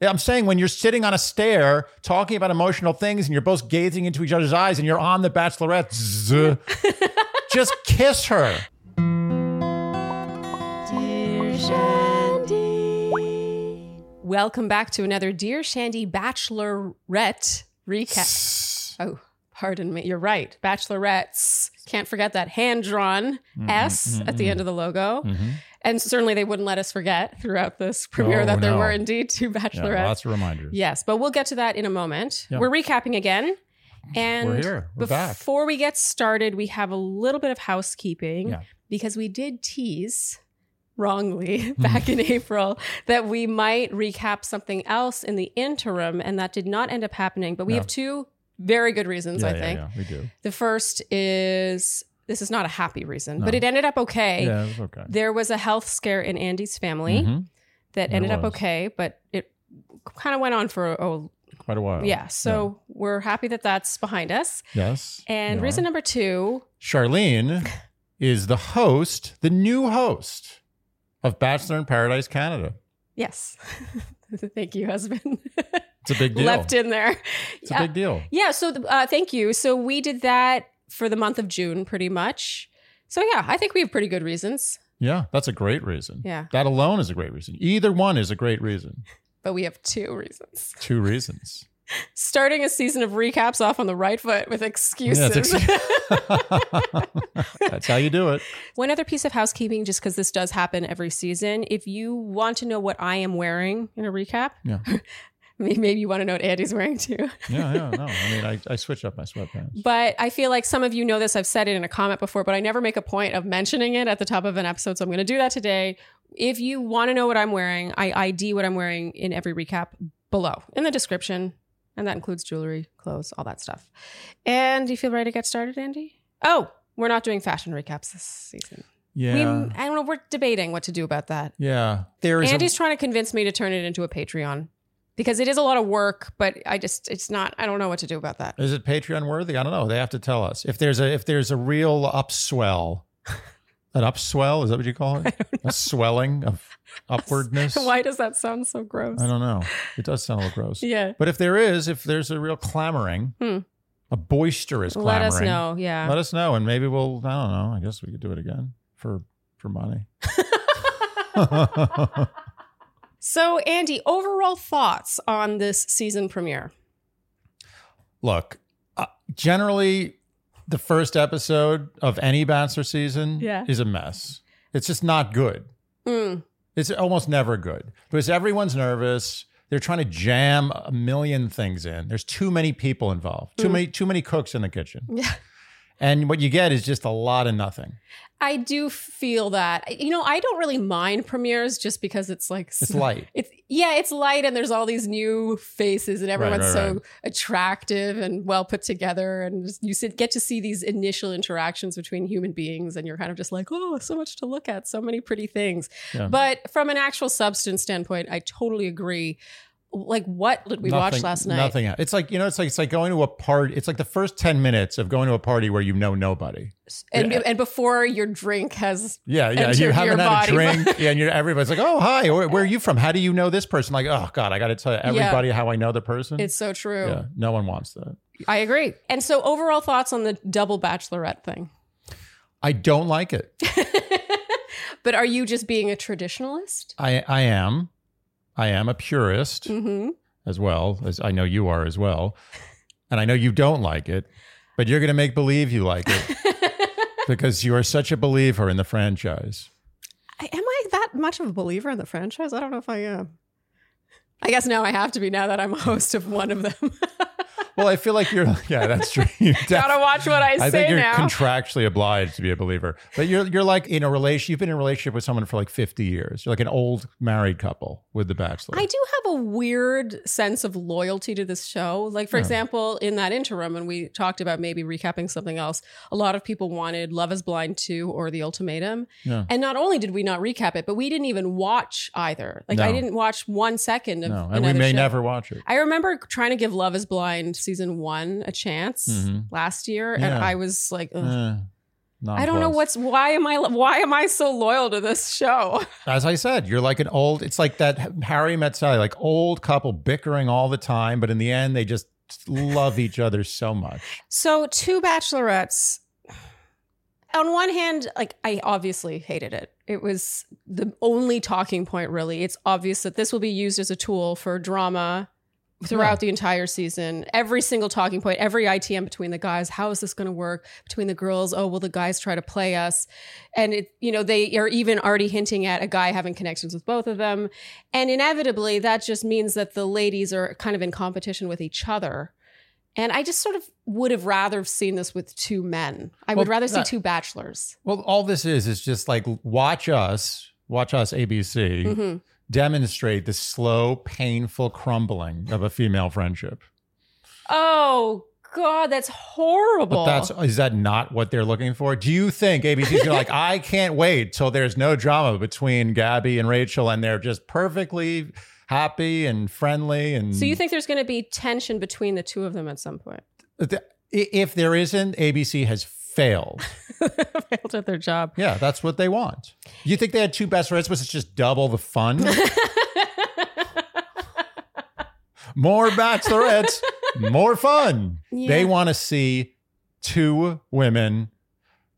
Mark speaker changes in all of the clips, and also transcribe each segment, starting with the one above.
Speaker 1: I'm saying when you're sitting on a stair talking about emotional things and you're both gazing into each other's eyes and you're on The Bachelorette, zzz, just kiss her.
Speaker 2: Dear Shandy. Welcome back to another Dear Shandy Bachelorette recap. oh, pardon me. You're right. Bachelorettes. Can't forget that hand drawn
Speaker 1: Mm-hmm.
Speaker 2: S at the end of the logo. And certainly they wouldn't let us forget throughout this premiere
Speaker 1: Oh,
Speaker 2: that there
Speaker 1: no.
Speaker 2: were indeed two
Speaker 1: Yeah,
Speaker 2: bachelorettes.
Speaker 1: lots of reminders.
Speaker 2: Yes, but we'll get to that in a moment.
Speaker 1: Yeah.
Speaker 2: We're recapping again. And
Speaker 1: We're here. We're back.
Speaker 2: before we get started, we have a little bit of housekeeping
Speaker 1: Yeah.
Speaker 2: because we did tease wrongly
Speaker 1: Hmm.
Speaker 2: back in April that we might recap something else in the interim, and that did not end up happening. But we
Speaker 1: No.
Speaker 2: have two very good reasons,
Speaker 1: Yeah,
Speaker 2: I
Speaker 1: yeah,
Speaker 2: think.
Speaker 1: yeah, we do.
Speaker 2: The first is this is not a happy reason, but
Speaker 1: No.
Speaker 2: it ended up okay.
Speaker 1: Yeah, it's okay.
Speaker 2: There was a health scare in Andy's family
Speaker 1: Mhm.
Speaker 2: that
Speaker 1: There
Speaker 2: ended up
Speaker 1: was.
Speaker 2: okay, but it kind of went on for a
Speaker 1: Quite a while.
Speaker 2: yeah, so we're happy that that's behind us.
Speaker 1: Yes.
Speaker 2: And
Speaker 1: we are.
Speaker 2: reason number two,
Speaker 1: Charlene is the host, the new host of Bachelor in Paradise Canada.
Speaker 2: yes. thank you, husband.
Speaker 1: It's a big deal.
Speaker 2: Left in there.
Speaker 1: it's a
Speaker 2: Yeah.
Speaker 1: big deal.
Speaker 2: yeah, so th- uh, thank you. So we did that for the month of June, pretty much. So yeah, I think we have pretty good reasons.
Speaker 1: Yeah, that's a great reason.
Speaker 2: Yeah,
Speaker 1: That alone is a great reason. Either one is a great reason.
Speaker 2: but we have two reasons.
Speaker 1: Two reasons.
Speaker 2: Starting a season of recaps off on the right foot with excuses.
Speaker 1: Yeah, it's ex- That's how you do it.
Speaker 2: One other piece of housekeeping, just because this does happen every season. If you want to know what I am wearing in a recap,
Speaker 1: Yeah.
Speaker 2: may- maybe you want to know what Andy's wearing too.
Speaker 1: Yeah, yeah, no. I mean, I, I switch up my sweatpants.
Speaker 2: But I feel like some of you know this. I've said it in a comment before, but I never make a point of mentioning it at the top of an episode. So I'm going to do that today. If you want to know what I'm wearing, I ID what I'm wearing in every recap below in the description. And that includes jewelry, clothes, all that stuff. And do you feel ready to get started, Andy? Oh, we're not doing fashion recaps this season.
Speaker 1: Yeah.
Speaker 2: We, I don't know. We're debating what to do about that.
Speaker 1: yeah. There is a-
Speaker 2: Andy's trying to convince me to turn it into a Patreon because it is a lot of work, but I just, it's not, I don't know what to do about that.
Speaker 1: is it Patreon worthy? I don't know. They have to tell us. If there's a if there's a real upswell. An upswell, is that what you call it? A swelling of upwardness?
Speaker 2: Why does that sound so gross?
Speaker 1: I don't know. It does sound a little gross.
Speaker 2: Yeah.
Speaker 1: But if there is, if there's a real clamoring,
Speaker 2: Hmm.
Speaker 1: a boisterous clamoring,
Speaker 2: Let us know. Yeah.
Speaker 1: Let us know, and maybe we'll. I don't know. I guess we could do it again for for money.
Speaker 2: so, Andy, overall thoughts on this season premiere?
Speaker 1: Look, uh, generally, the first episode of any Bachelor season
Speaker 2: Yeah.
Speaker 1: is a mess. It's just not good.
Speaker 2: Mm,
Speaker 1: It's almost never good because everyone's nervous. They're trying to jam a million things in. There's too many people involved. Too
Speaker 2: Mm.
Speaker 1: many too many cooks in the kitchen.
Speaker 2: Yeah.
Speaker 1: And what you get is just a lot of nothing.
Speaker 2: I do feel that. You know, I don't really mind premieres just because it's like
Speaker 1: It's light.
Speaker 2: It's yeah, it's light and there's all these new faces and everyone's
Speaker 1: right,
Speaker 2: so
Speaker 1: right.
Speaker 2: attractive and well put together and just, you sit, get to see these initial interactions between human beings and you're kind of just like, "Oh, so much to look at, so many pretty things."
Speaker 1: Yeah.
Speaker 2: But from an actual substance standpoint, I totally agree. Like what did we watch last night?
Speaker 1: Nothing. It's like you know. It's like it's like going to a party. It's like the first ten minutes of going to a party where you know nobody.
Speaker 2: And and before your drink has
Speaker 1: Yeah, yeah.
Speaker 2: Enter
Speaker 1: you
Speaker 2: your
Speaker 1: haven't had
Speaker 2: body.
Speaker 1: a drink, yeah, and you're, everybody's like, "Oh, hi. Where, where are you from? How do you know this person?" Like, oh God, I got to tell everybody how I know the person.
Speaker 2: it's so true.
Speaker 1: yeah, no one wants that.
Speaker 2: I agree. And so overall thoughts on the double bachelorette thing.
Speaker 1: I don't like it.
Speaker 2: but are you just being a traditionalist?
Speaker 1: I I am, I am a purist
Speaker 2: hmm
Speaker 1: as well as I know you are as well, and I know you don't like it, but you're going to make believe you like it because you are such a believer in the franchise.
Speaker 2: I- am I that much of a believer in the franchise? I don't know if I am. I guess now I have to be now that I'm a host of one of them.
Speaker 1: Well, I feel like you're. Yeah, that's true. You
Speaker 2: Gotta watch what I,
Speaker 1: I
Speaker 2: say
Speaker 1: think you're
Speaker 2: now.
Speaker 1: contractually obliged to be a believer, but you're you're like in a relation. You've been in a relationship with someone for like fifty years. You're like an old married couple with The Bachelor.
Speaker 2: I do have a weird sense of loyalty to this show. Like, for
Speaker 1: Yeah.
Speaker 2: example, in that interim, when we talked about maybe recapping something else, a lot of people wanted Love is Blind 2 or The Ultimatum.
Speaker 1: Yeah.
Speaker 2: And not only did we not recap it, but we didn't even watch either. Like, I
Speaker 1: No.
Speaker 2: didn't watch one second of
Speaker 1: no, and
Speaker 2: another
Speaker 1: we may
Speaker 2: show.
Speaker 1: never watch it.
Speaker 2: I remember trying to give Love is Blind season one a chance
Speaker 1: Mhm.
Speaker 2: last year, and
Speaker 1: Yeah.
Speaker 2: I was like, ugh.
Speaker 1: Uh,
Speaker 2: I don't know
Speaker 1: nonplussed.
Speaker 2: what's why am I why am I so loyal to this show?
Speaker 1: As I said, you're like an old. It's like that Harry met Sally, like old couple bickering all the time, but in the end, they just love each other so much.
Speaker 2: So two bachelorettes. On one hand, like I obviously hated it. It was the only talking point really. It's obvious that this will be used as a tool for drama throughout
Speaker 1: Yeah.
Speaker 2: the entire season. Every single talking point, every ITM between the guys, how is this going to work? Between the girls, oh, will the guys try to play us? And it, you know, they are even already hinting at a guy having connections with both of them. And inevitably, that just means that the ladies are kind of in competition with each other. And I just sort of would have rather have seen this with two men. I would
Speaker 1: Well,
Speaker 2: rather see
Speaker 1: that-
Speaker 2: two bachelors.
Speaker 1: Well, all this is is just like watch us, watch us, ABC,
Speaker 2: hmm
Speaker 1: demonstrate the slow, painful crumbling of a female friendship.
Speaker 2: Oh God, that's horrible.
Speaker 1: But that's is that not what they're looking for? Do you think ABC's gonna like, I can't wait till there's no drama between Gabby and Rachel and they're just perfectly happy and friendly and
Speaker 2: so you think there's going to be tension between the two of them at some point?
Speaker 1: Th- i- if there isn't, ABC has failed.
Speaker 2: Failed at their job.
Speaker 1: Yeah, that's what they want. You think they had two best friends, but it's just double the fun? more bachelorettes, more fun.
Speaker 2: Yeah.
Speaker 1: They want to see two women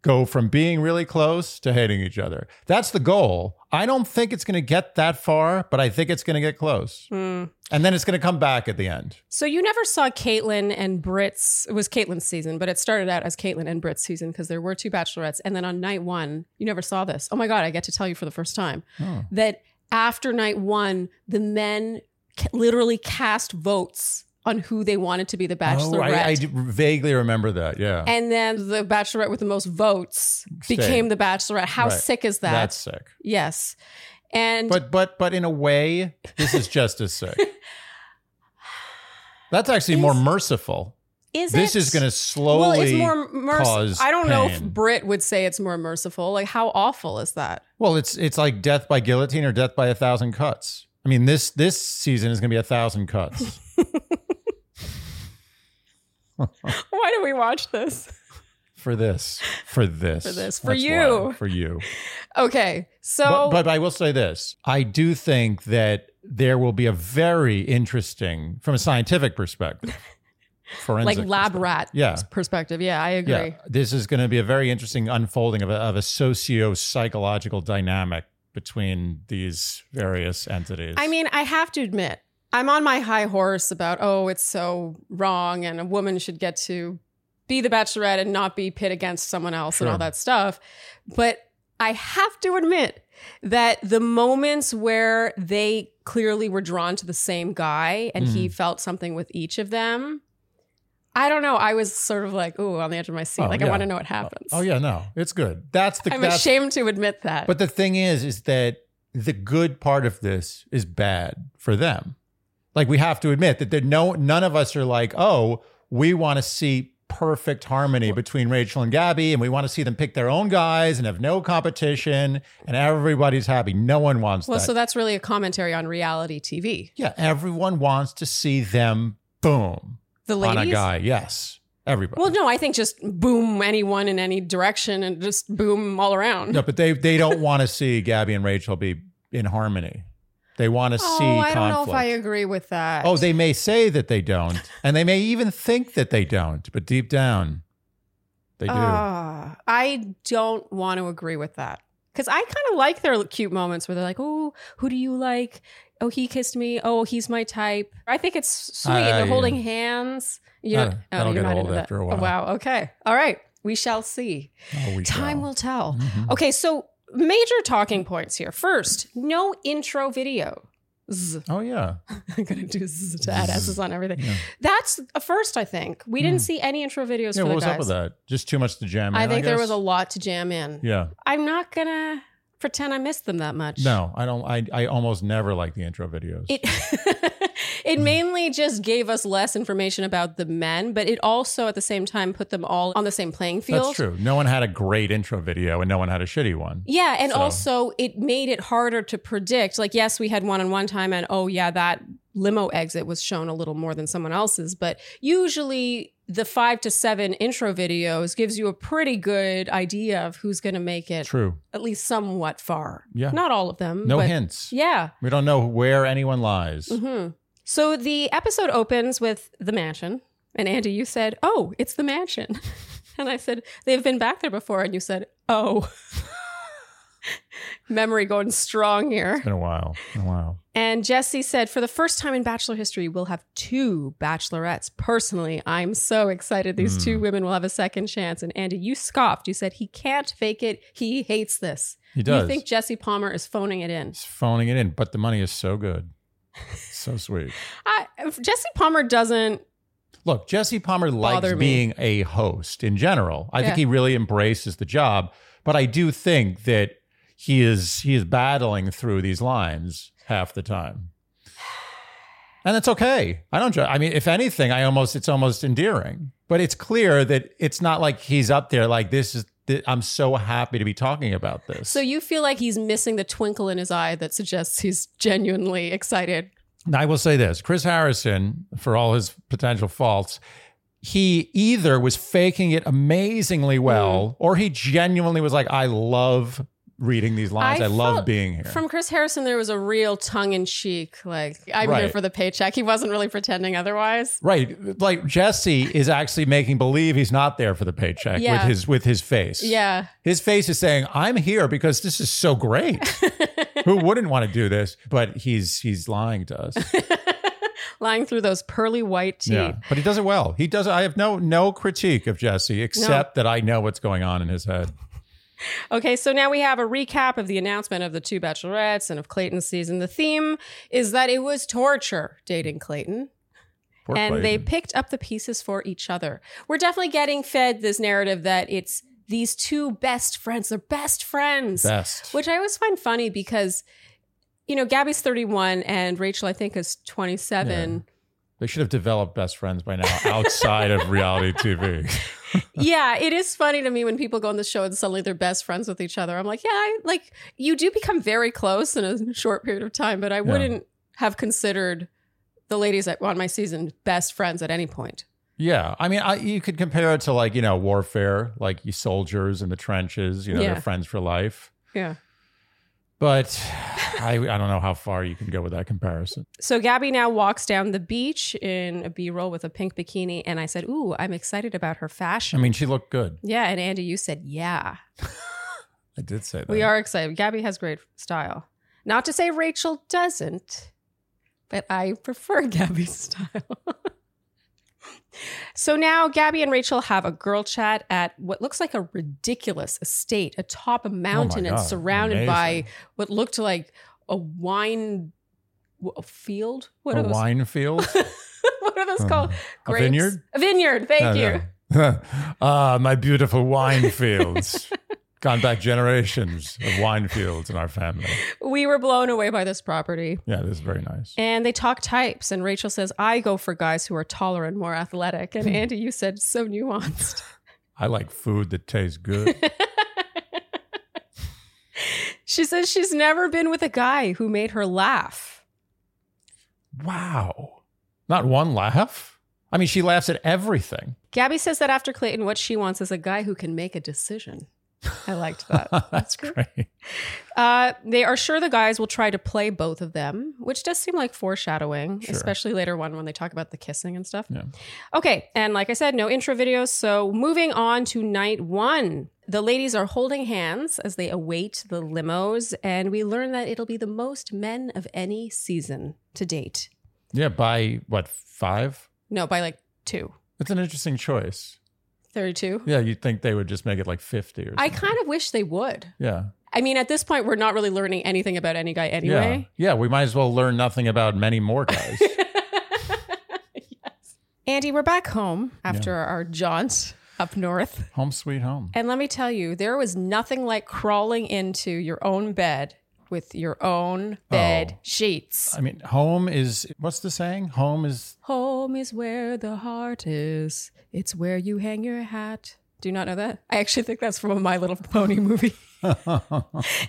Speaker 1: go from being really close to hating each other. That's the goal. I don't think it's going to get that far, but I think it's going to get close.
Speaker 2: Hmm.
Speaker 1: And then it's going to come back at the end.
Speaker 2: So you never saw Caitlyn and Brit's. It was Caitlyn's season, but it started out as Caitlyn and Brit's season because there were two bachelorettes. And then on night one, you never saw this. Oh my God, I get to tell you for the first time
Speaker 1: Hmm.
Speaker 2: that after night one, the men ca- literally cast votes on who they wanted to be the bachelorette.
Speaker 1: Oh, I, I do vaguely remember that. Yeah.
Speaker 2: and then the bachelorette with the most votes
Speaker 1: Stayed.
Speaker 2: became the bachelorette. How
Speaker 1: Right.
Speaker 2: sick is that?
Speaker 1: That's sick.
Speaker 2: yes. And
Speaker 1: But but but in a way, this is just as sick. That's actually more
Speaker 2: Is-
Speaker 1: merciful.
Speaker 2: is
Speaker 1: this
Speaker 2: it-
Speaker 1: is going to slowly
Speaker 2: well, it's more merciful.
Speaker 1: cause
Speaker 2: I don't know if
Speaker 1: pain.
Speaker 2: Brit would say it's more merciful. Like, how awful is that?
Speaker 1: Well, it's it's like death by guillotine or death by a thousand cuts. I mean, this this season is going to be a thousand cuts.
Speaker 2: Why do we watch this?
Speaker 1: For this, for this,
Speaker 2: For this, for
Speaker 1: That's
Speaker 2: you.
Speaker 1: why, for you.
Speaker 2: Okay, so
Speaker 1: But, but I will say this: I do think that there will be a very interesting, from a scientific perspective,
Speaker 2: like
Speaker 1: forensic,
Speaker 2: lab
Speaker 1: perspective.
Speaker 2: rat
Speaker 1: Yeah.
Speaker 2: perspective. Yeah, I agree.
Speaker 1: Yeah, this is going to be a very interesting unfolding of a, of a socio psychological dynamic between these various entities.
Speaker 2: I mean, I have to admit, I'm on my high horse about oh, it's so wrong, and a woman should get to be the bachelorette and not be pit against someone else and
Speaker 1: Sure.
Speaker 2: all that stuff. But I have to admit that the moments where they clearly were drawn to the same guy and
Speaker 1: Mm.
Speaker 2: he felt something with each of them. I don't know. I was sort of like, ooh, on the edge of my seat.
Speaker 1: Oh,
Speaker 2: like, I
Speaker 1: yeah.
Speaker 2: want to know what happens.
Speaker 1: oh yeah, no, it's good. That's the
Speaker 2: I'm
Speaker 1: that's
Speaker 2: ashamed to admit that.
Speaker 1: But the thing is, is that the good part of this is bad for them. Like we have to admit that there no none of us are like, oh, we want to see perfect harmony between Rachel and Gabby, and we want to see them pick their own guys and have no competition, and everybody's happy. No one wants
Speaker 2: well,
Speaker 1: that.
Speaker 2: so that's really a commentary on reality TV.
Speaker 1: yeah, everyone wants to see them boom
Speaker 2: The ladies.
Speaker 1: on a guy. Yes, everybody.
Speaker 2: Well, no, I think just boom anyone in any direction and just boom all around.
Speaker 1: no, but they they don't want to see Gabby and Rachel be in harmony. They want to
Speaker 2: Oh,
Speaker 1: see.
Speaker 2: I don't know
Speaker 1: conflict.
Speaker 2: if I agree with that.
Speaker 1: Oh, they may say that they don't, and they may even think that they don't, but deep down, they do.
Speaker 2: Ah, I don't want to agree with that because I kind of like their cute moments where they're like, "Oh, who do you like? Oh, he kissed me. Oh, he's my type." I think it's sweet.
Speaker 1: I-
Speaker 2: they're
Speaker 1: I-
Speaker 2: holding hands. You
Speaker 1: I
Speaker 2: know,
Speaker 1: don't- that'll
Speaker 2: you're
Speaker 1: get
Speaker 2: not
Speaker 1: old
Speaker 2: into that.
Speaker 1: after a
Speaker 2: Oh,
Speaker 1: while.
Speaker 2: wow. Okay. All right. We shall see.
Speaker 1: Oh, we
Speaker 2: Time
Speaker 1: shall.
Speaker 2: will tell.
Speaker 1: Mhm.
Speaker 2: Okay, so major talking points here. First, no intro video. Zzz.
Speaker 1: Oh yeah,
Speaker 2: I'm gonna do zzz to add s's on everything.
Speaker 1: Yeah. Hmm.
Speaker 2: That's a first, I think. We didn't see any intro videos
Speaker 1: yeah.
Speaker 2: for
Speaker 1: What
Speaker 2: the
Speaker 1: was
Speaker 2: guys.
Speaker 1: up with that? Just too much to jam.
Speaker 2: I
Speaker 1: in,
Speaker 2: think there
Speaker 1: guess?
Speaker 2: was a lot to jam in.
Speaker 1: Yeah.
Speaker 2: I'm not gonna pretend I missed them that much.
Speaker 1: No, I don't. I I almost never like the intro videos.
Speaker 2: It
Speaker 1: Hmm.
Speaker 2: it mainly just gave us less information about the men, but it also at the same time put them all on the same playing field.
Speaker 1: That's true. No one had a great intro video, and no one had a shitty one.
Speaker 2: Yeah, and
Speaker 1: So-
Speaker 2: also it made it harder to predict. Like, yes, we had one on one time, and oh yeah, that limo exit was shown a little more than someone else's, but usually the five to seven intro videos gives you a pretty good idea of who's going to make it
Speaker 1: True.
Speaker 2: at least somewhat far.
Speaker 1: Yeah.
Speaker 2: Not all of them.
Speaker 1: No
Speaker 2: but
Speaker 1: hints.
Speaker 2: Yeah.
Speaker 1: We don't know where anyone lies.
Speaker 2: hmm So the episode opens with the mansion. And Andy, you said, Oh, it's the mansion. and I said, They've been back there before. And you said, Oh. Memory going strong here.
Speaker 1: Been a while. Been a while.
Speaker 2: And Jesse said, For the first time in Bachelor history, we'll have two bachelorettes. Personally, I'm so excited these
Speaker 1: Mm.
Speaker 2: two women will have a second chance. And Andy, you scoffed. You said, He can't fake it. He hates this.
Speaker 1: He does.
Speaker 2: You think Jesse Palmer is phoning it in.
Speaker 1: He's phoning it in, but the money is so good. so sweet.
Speaker 2: I, if Jesse Palmer doesn't.
Speaker 1: Look, Jesse Palmer likes
Speaker 2: Bother me.
Speaker 1: being a host in general. I
Speaker 2: Yeah.
Speaker 1: think he really embraces the job, but I do think that he is he is battling through these lines half the time. And that's okay. I don't ju- I mean if anything I almost it's almost endearing. But it's clear that it's not like he's up there like this is th- I'm so happy to be talking about this.
Speaker 2: So you feel like he's missing the twinkle in his eye that suggests he's genuinely excited.
Speaker 1: Now, I will say this Chris Harrison, for all his potential faults, he either was faking it amazingly well
Speaker 2: Mm.
Speaker 1: or he genuinely was like, I love reading these lines. I,
Speaker 2: I
Speaker 1: love
Speaker 2: felt
Speaker 1: being here.
Speaker 2: From Chris Harrison, there was a real tongue in cheek, like, I'm here
Speaker 1: Right.
Speaker 2: for the paycheck. He wasn't really pretending otherwise.
Speaker 1: right. Like Jesse is actually making believe he's not there for the paycheck with
Speaker 2: Yeah.
Speaker 1: his with his face.
Speaker 2: Yeah.
Speaker 1: His face is saying, I'm here because this is so great. Who wouldn't want to do this? But he's he's lying to us.
Speaker 2: lying through those pearly white teeth.
Speaker 1: Yeah, but he does it well. He does. I have no no critique of Jesse except that I know what's going on in his head.
Speaker 2: Okay, so now we have a recap of the announcement of the two bachelorettes and of Clayton's season. The theme is that it was torture dating Clayton,
Speaker 1: Poor
Speaker 2: and they
Speaker 1: Clayton.
Speaker 2: picked up the pieces for each other. We're definitely getting fed this narrative that it's these two best friends, they're best friends,
Speaker 1: best.
Speaker 2: which I always find funny because, you know, Gabby's 31 and Rachel, I think, is 27.
Speaker 1: they should have developed best friends by now outside of reality TV.
Speaker 2: yeah, it is funny to me when people go on the show and suddenly they're best friends with each other. I'm like, yeah, I, like you do become very close in a short period of time, but I wouldn't have considered the ladies that on my season best friends at any point.
Speaker 1: Yeah, I mean, I, you could compare it to like you know warfare, like you soldiers in the trenches. You know,
Speaker 2: Yeah.
Speaker 1: they're friends for life.
Speaker 2: Yeah.
Speaker 1: But I, I don't know how far you can go with that comparison.
Speaker 2: So Gabby now walks down the beach in a B roll with a pink bikini, and I said, "Ooh, I'm excited about her
Speaker 1: I
Speaker 2: fashion."
Speaker 1: mean, she looked good.
Speaker 2: yeah, and Andy, you said, "Yeah,
Speaker 1: I did say that.
Speaker 2: we are excited." Gabby has great style. Not to say Rachel doesn't, but I prefer Gabby's style. so now Gabby and Rachel have a girl chat at what looks like a ridiculous estate atop a
Speaker 1: Oh my
Speaker 2: mountain and
Speaker 1: God,
Speaker 2: surrounded
Speaker 1: amazing.
Speaker 2: by what looked like a wine w- a field. What
Speaker 1: a
Speaker 2: are those?
Speaker 1: wine field.
Speaker 2: what are those called?
Speaker 1: A
Speaker 2: Grapes?
Speaker 1: vineyard?
Speaker 2: A vineyard. Thank you.
Speaker 1: you. ah, my beautiful wine fields. Gone back generations of wine fields in our family.
Speaker 2: We were blown away by this property.
Speaker 1: Yeah, this is very nice.
Speaker 2: And they talk types, and Rachel says, I go for guys who are taller and more athletic. And Andy, you said so nuanced.
Speaker 1: I like food that tastes good.
Speaker 2: she says she's never been with a guy who made her laugh.
Speaker 1: Wow. Not one laugh? I mean, she laughs at everything.
Speaker 2: Gabby says that after Clayton, what she wants is a guy who can make a decision. I liked that.
Speaker 1: That's great.
Speaker 2: Uh, they are sure the guys will try to play both of them, which does seem like foreshadowing,
Speaker 1: Sure.
Speaker 2: especially later on when they talk about the kissing and stuff.
Speaker 1: Yeah.
Speaker 2: Okay, and like I said, no intro videos. So moving on to night one, the ladies are holding hands as they await the limos, and we learn that it'll be the most men of any season to date.
Speaker 1: Yeah, by what, five?
Speaker 2: No, by like two.
Speaker 1: It's an interesting choice.
Speaker 2: 32.
Speaker 1: Yeah, you'd think they would just make it like 50 or something.
Speaker 2: I kind of wish they would.
Speaker 1: yeah.
Speaker 2: I mean, at this point, we're not really learning anything about any guy anyway.
Speaker 1: Yeah. yeah, we might as well learn nothing about many more guys.
Speaker 2: yes. Andy, we're back home after our jaunt up north.
Speaker 1: home sweet home.
Speaker 2: And let me tell you, there was nothing like crawling into your own bed with your own bed
Speaker 1: Oh.
Speaker 2: sheets.
Speaker 1: I mean, home is, what's the saying? Home is,
Speaker 2: Home is where the heart is. It's where you hang your hat. Do you not know that? I actually think that's from a My Little Pony movie.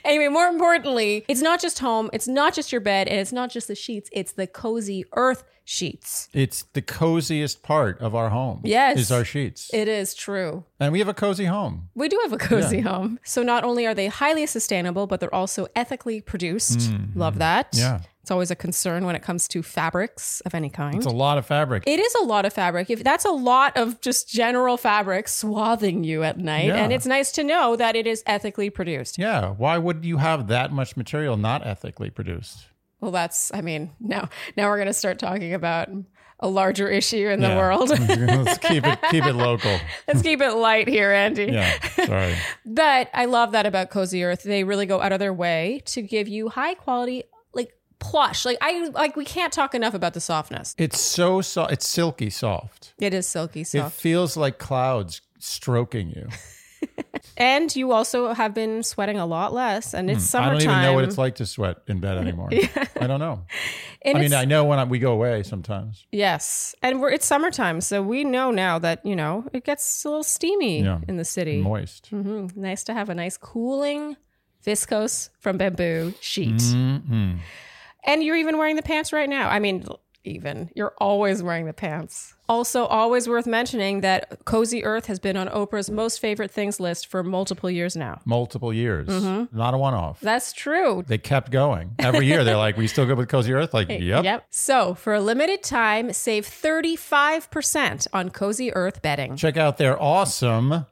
Speaker 2: Anyway, more importantly, it's not just home, it's not just your bed, and it's not just the sheets, it's the cozy earth sheets.
Speaker 1: it's the coziest part of our home.
Speaker 2: Yes.
Speaker 1: Is our sheets.
Speaker 2: It is true.
Speaker 1: and we have a cozy home.
Speaker 2: We do have a cozy home. So not only are they highly sustainable, but they're also ethically produced. Love that.
Speaker 1: Mm-hmm. Yeah.
Speaker 2: It's always a concern when it comes to fabrics of any kind.
Speaker 1: It's a lot of fabric.
Speaker 2: It is a lot of fabric. If that's a lot of just general fabric swathing you at night,
Speaker 1: Yeah.
Speaker 2: and it's nice to know that it is ethically produced.
Speaker 1: yeah. Why would you have that much material not ethically produced?
Speaker 2: Well, that's I mean, now now we're going to start talking about a larger issue in the
Speaker 1: Yeah.
Speaker 2: world.
Speaker 1: Let's keep it keep it local.
Speaker 2: Let's keep it light here, Andy.
Speaker 1: Yeah. Sorry.
Speaker 2: But I love that about Cozy Earth. They really go out of their way to give you high quality like plush. Like I like we can't talk enough about the softness.
Speaker 1: It's so soft. It's silky soft.
Speaker 2: It is silky soft.
Speaker 1: It feels like clouds stroking you.
Speaker 2: and you also have been sweating a lot less and it's
Speaker 1: Hmm. I
Speaker 2: summertime.
Speaker 1: don't even know what it's like to sweat in bed anymore. I don't know.
Speaker 2: And
Speaker 1: I
Speaker 2: it's-
Speaker 1: mean, I know when I, we go away sometimes.
Speaker 2: Yes. And we're it's summertime, so we know now that, you know, it gets a little steamy
Speaker 1: Yeah.
Speaker 2: in the city.
Speaker 1: Moist.
Speaker 2: hmm Nice to have a nice cooling viscose from bamboo sheet.
Speaker 1: Mm-mm.
Speaker 2: And you're even wearing the pants right now. I mean, even. You're always wearing the pants. Also, always worth mentioning that Cozy Earth has been on Oprah's most favorite things list for multiple years now.
Speaker 1: Multiple years.
Speaker 2: Mm-hmm.
Speaker 1: Not a one off.
Speaker 2: That's true.
Speaker 1: They kept going. Every year they're like, we still good with Cozy Earth? Like, yep.
Speaker 2: So, for a limited time, save 35% on Cozy Earth bedding.
Speaker 1: Check out their awesome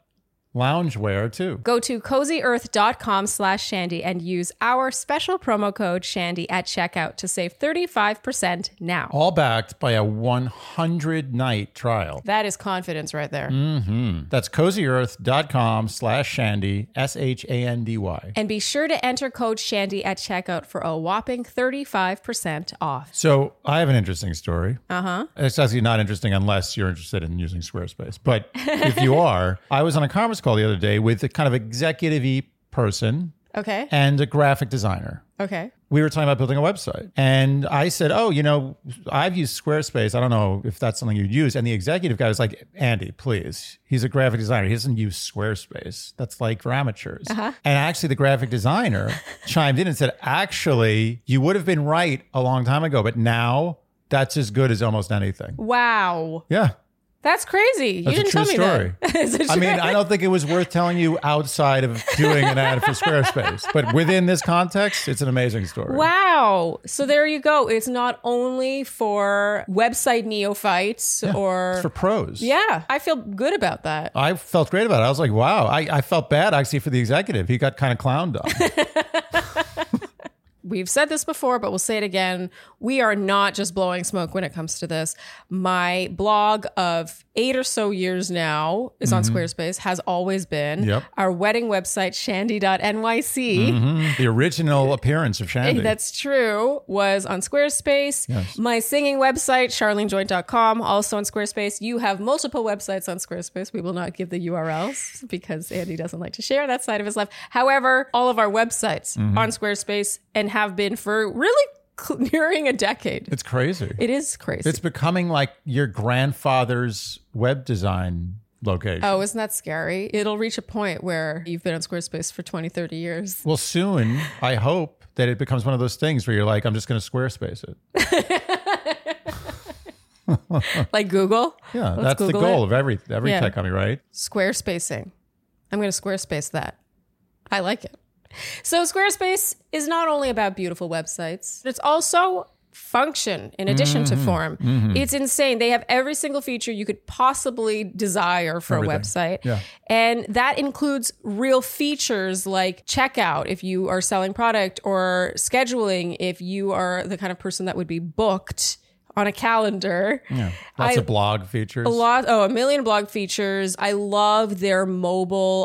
Speaker 1: loungewear too.
Speaker 2: Go to cozyearth.com slash Shandy and use our special promo code Shandy at checkout to save 35% now.
Speaker 1: All backed by a 100 night trial.
Speaker 2: That is confidence right there.
Speaker 1: Mm-hmm. That's cozyearth.com slash shandy, S H A N D Y.
Speaker 2: And be sure to enter code Shandy at checkout for a whopping 35% off.
Speaker 1: So I have an interesting story.
Speaker 2: Uh huh.
Speaker 1: It's actually not interesting unless you're interested in using Squarespace. But if you are, I was on a conference call the other day with a kind of executive y person
Speaker 2: Okay.
Speaker 1: and a graphic designer.
Speaker 2: Okay.
Speaker 1: we were talking about building a website. And I said, Oh, you know, I've used Squarespace. I don't know if that's something you'd use. And the executive guy was like, Andy, please. He's a graphic designer. He doesn't use Squarespace. That's like for amateurs. And actually, the graphic designer chimed in and said, Actually, you would have been right a long time ago, but now that's as good as almost anything.
Speaker 2: Wow.
Speaker 1: Yeah.
Speaker 2: That's crazy.
Speaker 1: That's a
Speaker 2: you didn't
Speaker 1: true
Speaker 2: tell me
Speaker 1: story.
Speaker 2: that. It's a
Speaker 1: I mean,
Speaker 2: true-
Speaker 1: I don't think it was worth telling you outside of doing an ad for Squarespace, but within this context, it's an amazing story.
Speaker 2: Wow. So there you go. It's not only for website neophytes or.
Speaker 1: It's for pros.
Speaker 2: yeah. I feel good about that.
Speaker 1: I felt great about it. I was like, wow. I, I felt bad actually for the executive. He got kind of clowned on.
Speaker 2: We've said this before, but we'll say it again. We are not just blowing smoke when it comes to this. My blog of eight or so years now is on Squarespace, has always been.
Speaker 1: Yep.
Speaker 2: Our wedding website, shandy.nyc.
Speaker 1: Mhm. The original appearance of Shandy.
Speaker 2: That's true. Was on Squarespace. My singing website, charlenejoint.com, also on Squarespace. You have multiple websites on Squarespace. We will not give the URLs because Andy doesn't like to share that side of his life. However, all of our websites on Squarespace and have been for really cl- nearing a decade.
Speaker 1: it's crazy.
Speaker 2: It is crazy.
Speaker 1: it's becoming like your grandfather's web design location.
Speaker 2: oh, isn't that scary? It'll reach a point where you've been on Squarespace for 20, 30 years.
Speaker 1: Well, soon, I hope that it becomes one of those things where you're like, I'm just going to Squarespace it.
Speaker 2: Like Google,
Speaker 1: Yeah,
Speaker 2: Let's
Speaker 1: that's
Speaker 2: Google
Speaker 1: the goal
Speaker 2: it.
Speaker 1: of every every
Speaker 2: Yeah.
Speaker 1: tech company, right?
Speaker 2: Squarespacing. I'm going to Squarespace that. I like it. So, Squarespace is not only about beautiful websites, it's also function in addition to
Speaker 1: Mm-hmm.
Speaker 2: form. It's insane. They have every single feature you could possibly desire for a
Speaker 1: Everything.
Speaker 2: website.
Speaker 1: Yeah.
Speaker 2: And that includes real features like checkout if you are selling product or scheduling if you are the kind of person that would be booked on a calendar.
Speaker 1: Yeah. Lots
Speaker 2: I-
Speaker 1: of blog features.
Speaker 2: A lot, oh, a million blog features. I love their mobile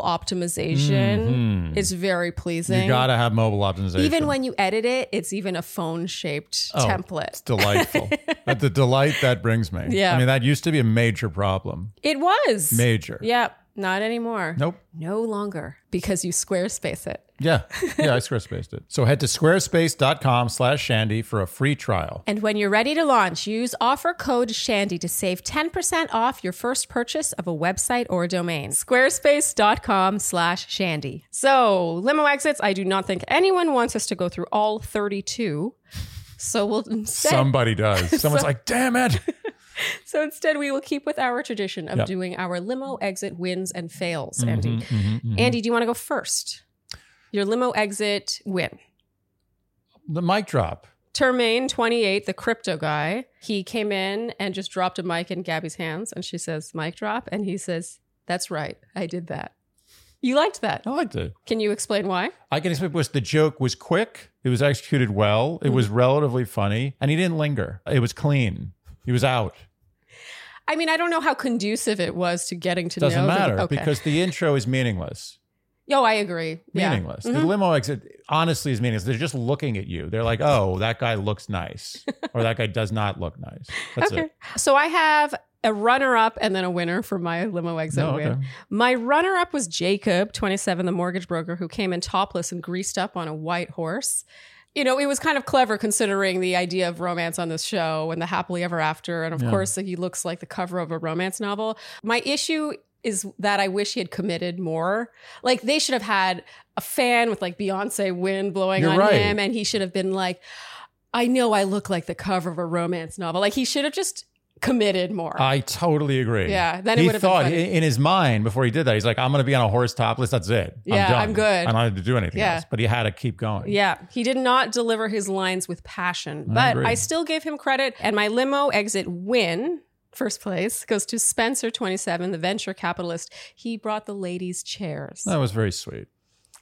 Speaker 2: optimization. It's very pleasing.
Speaker 1: Mm-hmm. you got to have mobile optimization.
Speaker 2: even when you edit it, it's even a phone shaped
Speaker 1: It's
Speaker 2: template.
Speaker 1: delightful. but the delight that brings me.
Speaker 2: Yeah.
Speaker 1: I mean, that used to be a major problem.
Speaker 2: It was.
Speaker 1: Major.
Speaker 2: Yeah. Not anymore.
Speaker 1: Nope.
Speaker 2: No longer because you Squarespace it.
Speaker 1: Yeah. Yeah, I Squarespaced it. So head to squarespace.com slash Shandy for a free trial.
Speaker 2: And when you're ready to launch, use offer code SHANDY to save 10% off your first purchase of a website or domain. Squarespace.com slash SHANDY. So, limo exits, I do not think anyone wants us to go through all 32. So we'll instead,
Speaker 1: Somebody does. Someone's like, damn it.
Speaker 2: so instead we will keep with our tradition of
Speaker 1: Yep.
Speaker 2: doing our limo exit wins and fails,
Speaker 1: Mhm,
Speaker 2: Andy.
Speaker 1: mhm, mhm.
Speaker 2: Andy, do you want to go first? Your limo exit win.
Speaker 1: mm-hmm. The mic drop.
Speaker 2: Termaine, 28, the crypto guy, he came in and just dropped a mic in Gabby's hands. And she says, mic drop. And he says, that's right. I did that. You liked that.
Speaker 1: I liked it.
Speaker 2: Can you explain why?
Speaker 1: I can explain was the joke was quick. It was executed well.
Speaker 2: Mm-hmm.
Speaker 1: It was relatively funny, and he didn't linger. It was clean. He was out.
Speaker 2: I mean, I don't know how conducive it was to getting to
Speaker 1: Doesn't
Speaker 2: know. the-
Speaker 1: matter
Speaker 2: okay.
Speaker 1: because the intro is meaningless.
Speaker 2: Yo, I agree. Yeah.
Speaker 1: Meaningless.
Speaker 2: Mhm.
Speaker 1: The limo exit honestly is meaningless. They're just looking at you. They're like, "Oh, that guy looks nice," or "That guy does not look nice." That's
Speaker 2: Okay.
Speaker 1: it.
Speaker 2: So I have a runner up and then a winner for my limo exit
Speaker 1: No,
Speaker 2: win.
Speaker 1: okay.
Speaker 2: My runner up was Jacob, 27, the mortgage broker who came in topless and greased up on a white horse. You know, it was kind of clever considering the idea of romance on this show and the happily ever after. And of
Speaker 1: Yeah.
Speaker 2: course, he looks like the cover of a romance novel. My issue is that I wish he had committed more. Like, they should have had a fan with like Beyonce wind blowing
Speaker 1: You're
Speaker 2: on
Speaker 1: right.
Speaker 2: him, and he should have been like, I know I look like the cover of a romance novel. Like, he should have just committed more.
Speaker 1: I totally agree.
Speaker 2: Yeah, then it
Speaker 1: he
Speaker 2: would have been
Speaker 1: thought i-
Speaker 2: funny.
Speaker 1: in his mind before he did that, he's like, "I'm going to be on a horse topless. That's it.
Speaker 2: Yeah,
Speaker 1: I'm, done.
Speaker 2: I'm good."
Speaker 1: I don't have to do anything
Speaker 2: Yeah.
Speaker 1: else." But he had to keep going.
Speaker 2: Yeah, he did not deliver his lines with passion,
Speaker 1: I
Speaker 2: but
Speaker 1: agree.
Speaker 2: I, still gave him credit. And my limo exit win, first place, goes to Spencer27, the venture capitalist. He brought the ladies' chairs.
Speaker 1: that was very sweet.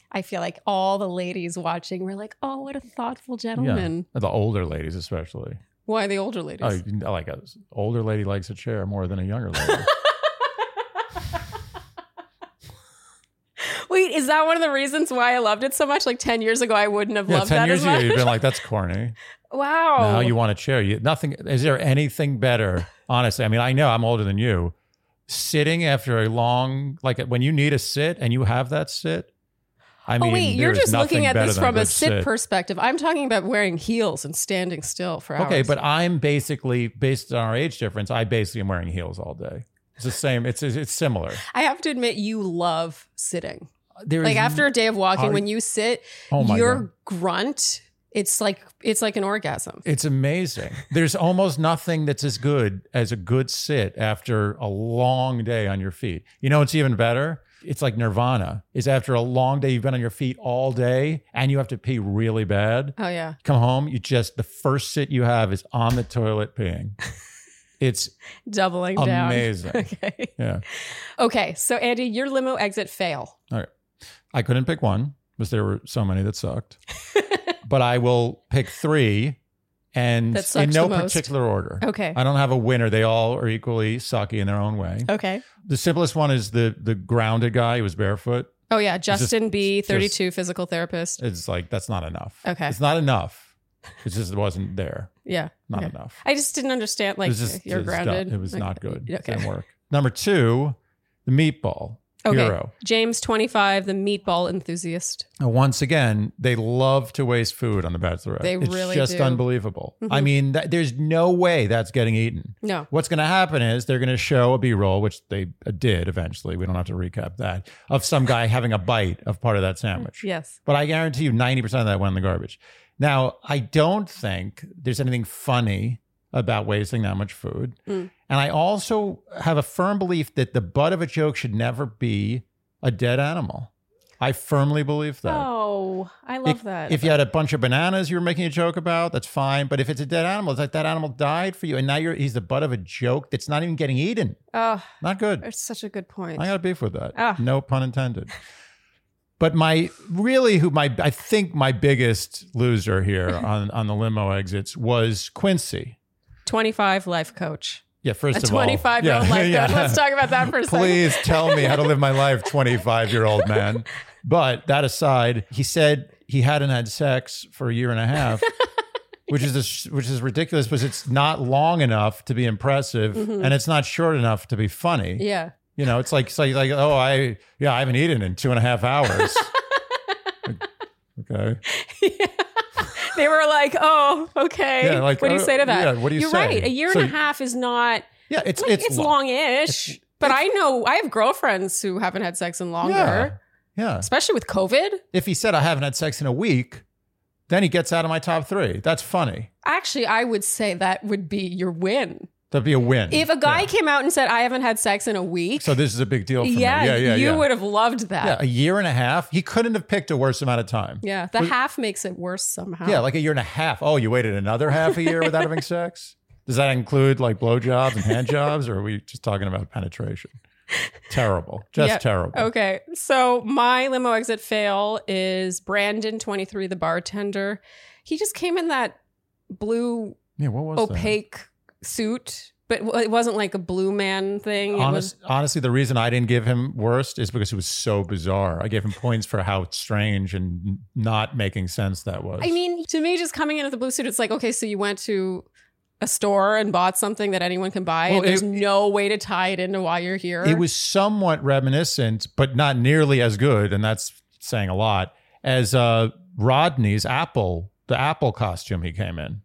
Speaker 2: I feel like all the ladies watching were like, oh, what a thoughtful
Speaker 1: Yeah,
Speaker 2: gentleman.
Speaker 1: the older ladies especially.
Speaker 2: Why the older ladies?
Speaker 1: Oh, you- like a older lady likes a chair more than a younger lady.
Speaker 2: Wait, is that one of the reasons why I loved it so much? Like 10 years ago, I wouldn't have
Speaker 1: yeah,
Speaker 2: loved
Speaker 1: ten
Speaker 2: that
Speaker 1: years
Speaker 2: as
Speaker 1: ago
Speaker 2: much. Oh.
Speaker 1: you'd been like, "That's corny."
Speaker 2: wow.
Speaker 1: Now you want a chair. You, nothing. Is there anything better? Honestly, I mean, I know I'm older than you. Sitting after a long, like when you need a sit and you have that sit. I mean,
Speaker 2: oh wait, you're
Speaker 1: there's
Speaker 2: just looking
Speaker 1: nothing
Speaker 2: at
Speaker 1: better
Speaker 2: this
Speaker 1: than
Speaker 2: from a
Speaker 1: good
Speaker 2: sit, perspective. I'm talking about wearing heels and standing still for hours.
Speaker 1: Okay, but I'm basically based on our age difference. I basically am wearing heels all day. It's the same. It's it's, it's similar.
Speaker 2: I have to admit, you love sitting.
Speaker 1: There
Speaker 2: Like
Speaker 1: is-
Speaker 2: after a day of walking,
Speaker 1: Are-
Speaker 2: when you sit,
Speaker 1: oh my
Speaker 2: your
Speaker 1: God.
Speaker 2: grunt, it's like it's like an orgasm.
Speaker 1: It's amazing. There's almost nothing that's as good as a good sit after a long day on your feet. You know, it's even better. It's like nirvana. Is after a long day you've been on your feet all day and you have to pee really bad.
Speaker 2: Oh yeah,
Speaker 1: Come home, you just the first sit you have is on the toilet peeing. It's
Speaker 2: doubling down.
Speaker 1: amazing.
Speaker 2: Okay.
Speaker 1: Yeah.
Speaker 2: Okay. So Andy, your limo exit fail.
Speaker 1: I couldn't pick one because there were so many that sucked. but I will pick 3 and
Speaker 2: That sucked
Speaker 1: in no
Speaker 2: the most.
Speaker 1: particular order.
Speaker 2: Okay.
Speaker 1: I don't have a winner. They all are equally sucky in their own way.
Speaker 2: Okay.
Speaker 1: The simplest one is the the grounded guy who was barefoot.
Speaker 2: Oh yeah,
Speaker 1: just-
Speaker 2: Justin B, 32, physical therapist.
Speaker 1: It's like that's not enough.
Speaker 2: Okay.
Speaker 1: It's not enough. It just wasn't there.
Speaker 2: Yeah.
Speaker 1: Not
Speaker 2: Okay.
Speaker 1: enough.
Speaker 2: I just didn't understand.
Speaker 1: it
Speaker 2: Like
Speaker 1: was just
Speaker 2: you're
Speaker 1: it was dumb.
Speaker 2: grounded.
Speaker 1: It was
Speaker 2: Like,
Speaker 1: not good. It
Speaker 2: Okay.
Speaker 1: didn't work. Number two, the meatball
Speaker 2: Okay.
Speaker 1: hero.
Speaker 2: James, 25, the meatball enthusiast.
Speaker 1: And once again, they love to waste food on the Bachelorette.
Speaker 2: They
Speaker 1: it's
Speaker 2: really
Speaker 1: just
Speaker 2: do.
Speaker 1: unbelievable. I
Speaker 2: Mhm.
Speaker 1: mean, that, there's no way that's getting eaten.
Speaker 2: No.
Speaker 1: What's going to happen is they're going to show a B-roll, which they uh, did eventually. We don't have to recap that of some guy having a bite of part of that sandwich.
Speaker 2: Yes.
Speaker 1: But I guarantee you 90% of that went in the garbage. Now, I don't think there's anything funny about wasting that much food.
Speaker 2: Mm.
Speaker 1: And I also have a firm belief that the butt of a joke should never be a dead animal. I firmly believe that.
Speaker 2: Oh, I love
Speaker 1: If-
Speaker 2: that.
Speaker 1: If you had a bunch of bananas you were making a joke about, that's fine. But if it's a dead animal, it's like that animal died for you, and now you're he's the butt of a joke that's not even getting eaten.
Speaker 2: oh,
Speaker 1: Not good.
Speaker 2: it's such a good point.
Speaker 1: I got beef with that.
Speaker 2: Ah.
Speaker 1: No pun intended. But my really who my I think my biggest loser here on on the limo exits was Quincy.
Speaker 2: 25 life coach.
Speaker 1: Yeah, first
Speaker 2: A
Speaker 1: of all,
Speaker 2: 25 year old
Speaker 1: Yeah,
Speaker 2: life coach.
Speaker 1: yeah.
Speaker 2: Let's talk about that for a second.
Speaker 1: Please tell me how to live my life, 25 year old man. But that aside, he said he hadn't had sex for a year and a half. Which is a, which is ridiculous because it's not long enough to be impressive
Speaker 2: Mhm.
Speaker 1: and it's not short enough to be funny.
Speaker 2: Yeah.
Speaker 1: You know, it's like it's like, like oh I yeah I haven't eaten in two and a half hours. Like, okay.
Speaker 2: they were like, "Oh, okay.
Speaker 1: Yeah, like,
Speaker 2: what do you
Speaker 1: uh,
Speaker 2: say to that?"
Speaker 1: yeah, what do you
Speaker 2: You're
Speaker 1: say?
Speaker 2: right. A year
Speaker 1: So-
Speaker 2: and a half is not.
Speaker 1: Yeah, it's
Speaker 2: like,
Speaker 1: it's,
Speaker 2: it's, long-ish. but I know I have girlfriends who haven't had sex in longer,
Speaker 1: Yeah. Yeah.
Speaker 2: especially with COVID.
Speaker 1: If he said I haven't had sex in a week, then he gets out of my top three. That's funny.
Speaker 2: Actually, I would say that would be your win.
Speaker 1: That'd be a win.
Speaker 2: If a guy
Speaker 1: Yeah.
Speaker 2: came out and said, "I haven't had sex in a week,"
Speaker 1: so this is a big deal for
Speaker 2: yeah,
Speaker 1: me. Yeah, yeah,
Speaker 2: you
Speaker 1: yeah.
Speaker 2: would have loved that.
Speaker 1: yeah, a year and a half. He couldn't have picked a worse amount of time.
Speaker 2: Yeah, the
Speaker 1: Was-
Speaker 2: half makes it worse somehow.
Speaker 1: Yeah, like a year and a half. Oh, you waited another half a year without having sex? Does that include like blowjobs and hand jobs, or are we just talking about penetration? Terrible. Just
Speaker 2: Yeah.
Speaker 1: terrible.
Speaker 2: Okay, so my limo exit fail is Brandon twenty three, the bartender. He just came in that blue
Speaker 1: Yeah, what
Speaker 2: Oh,
Speaker 1: was that?
Speaker 2: opaque suit, but w- it wasn't like a blue man thing. it was
Speaker 1: Honest, honestly, the reason I didn't give him worst is because it was so bizarre. I gave him points for how strange and not making sense that was.
Speaker 2: I mean, to me, just coming in with a blue suit, it's like, okay, so you went to a store and bought something that anyone can buy,
Speaker 1: Well,
Speaker 2: and there's
Speaker 1: it-
Speaker 2: no way to tie it into why you're here.
Speaker 1: it was somewhat reminiscent, but not nearly as good, and that's saying a lot, as uh, Rodney's Apple, the Apple costume he came in.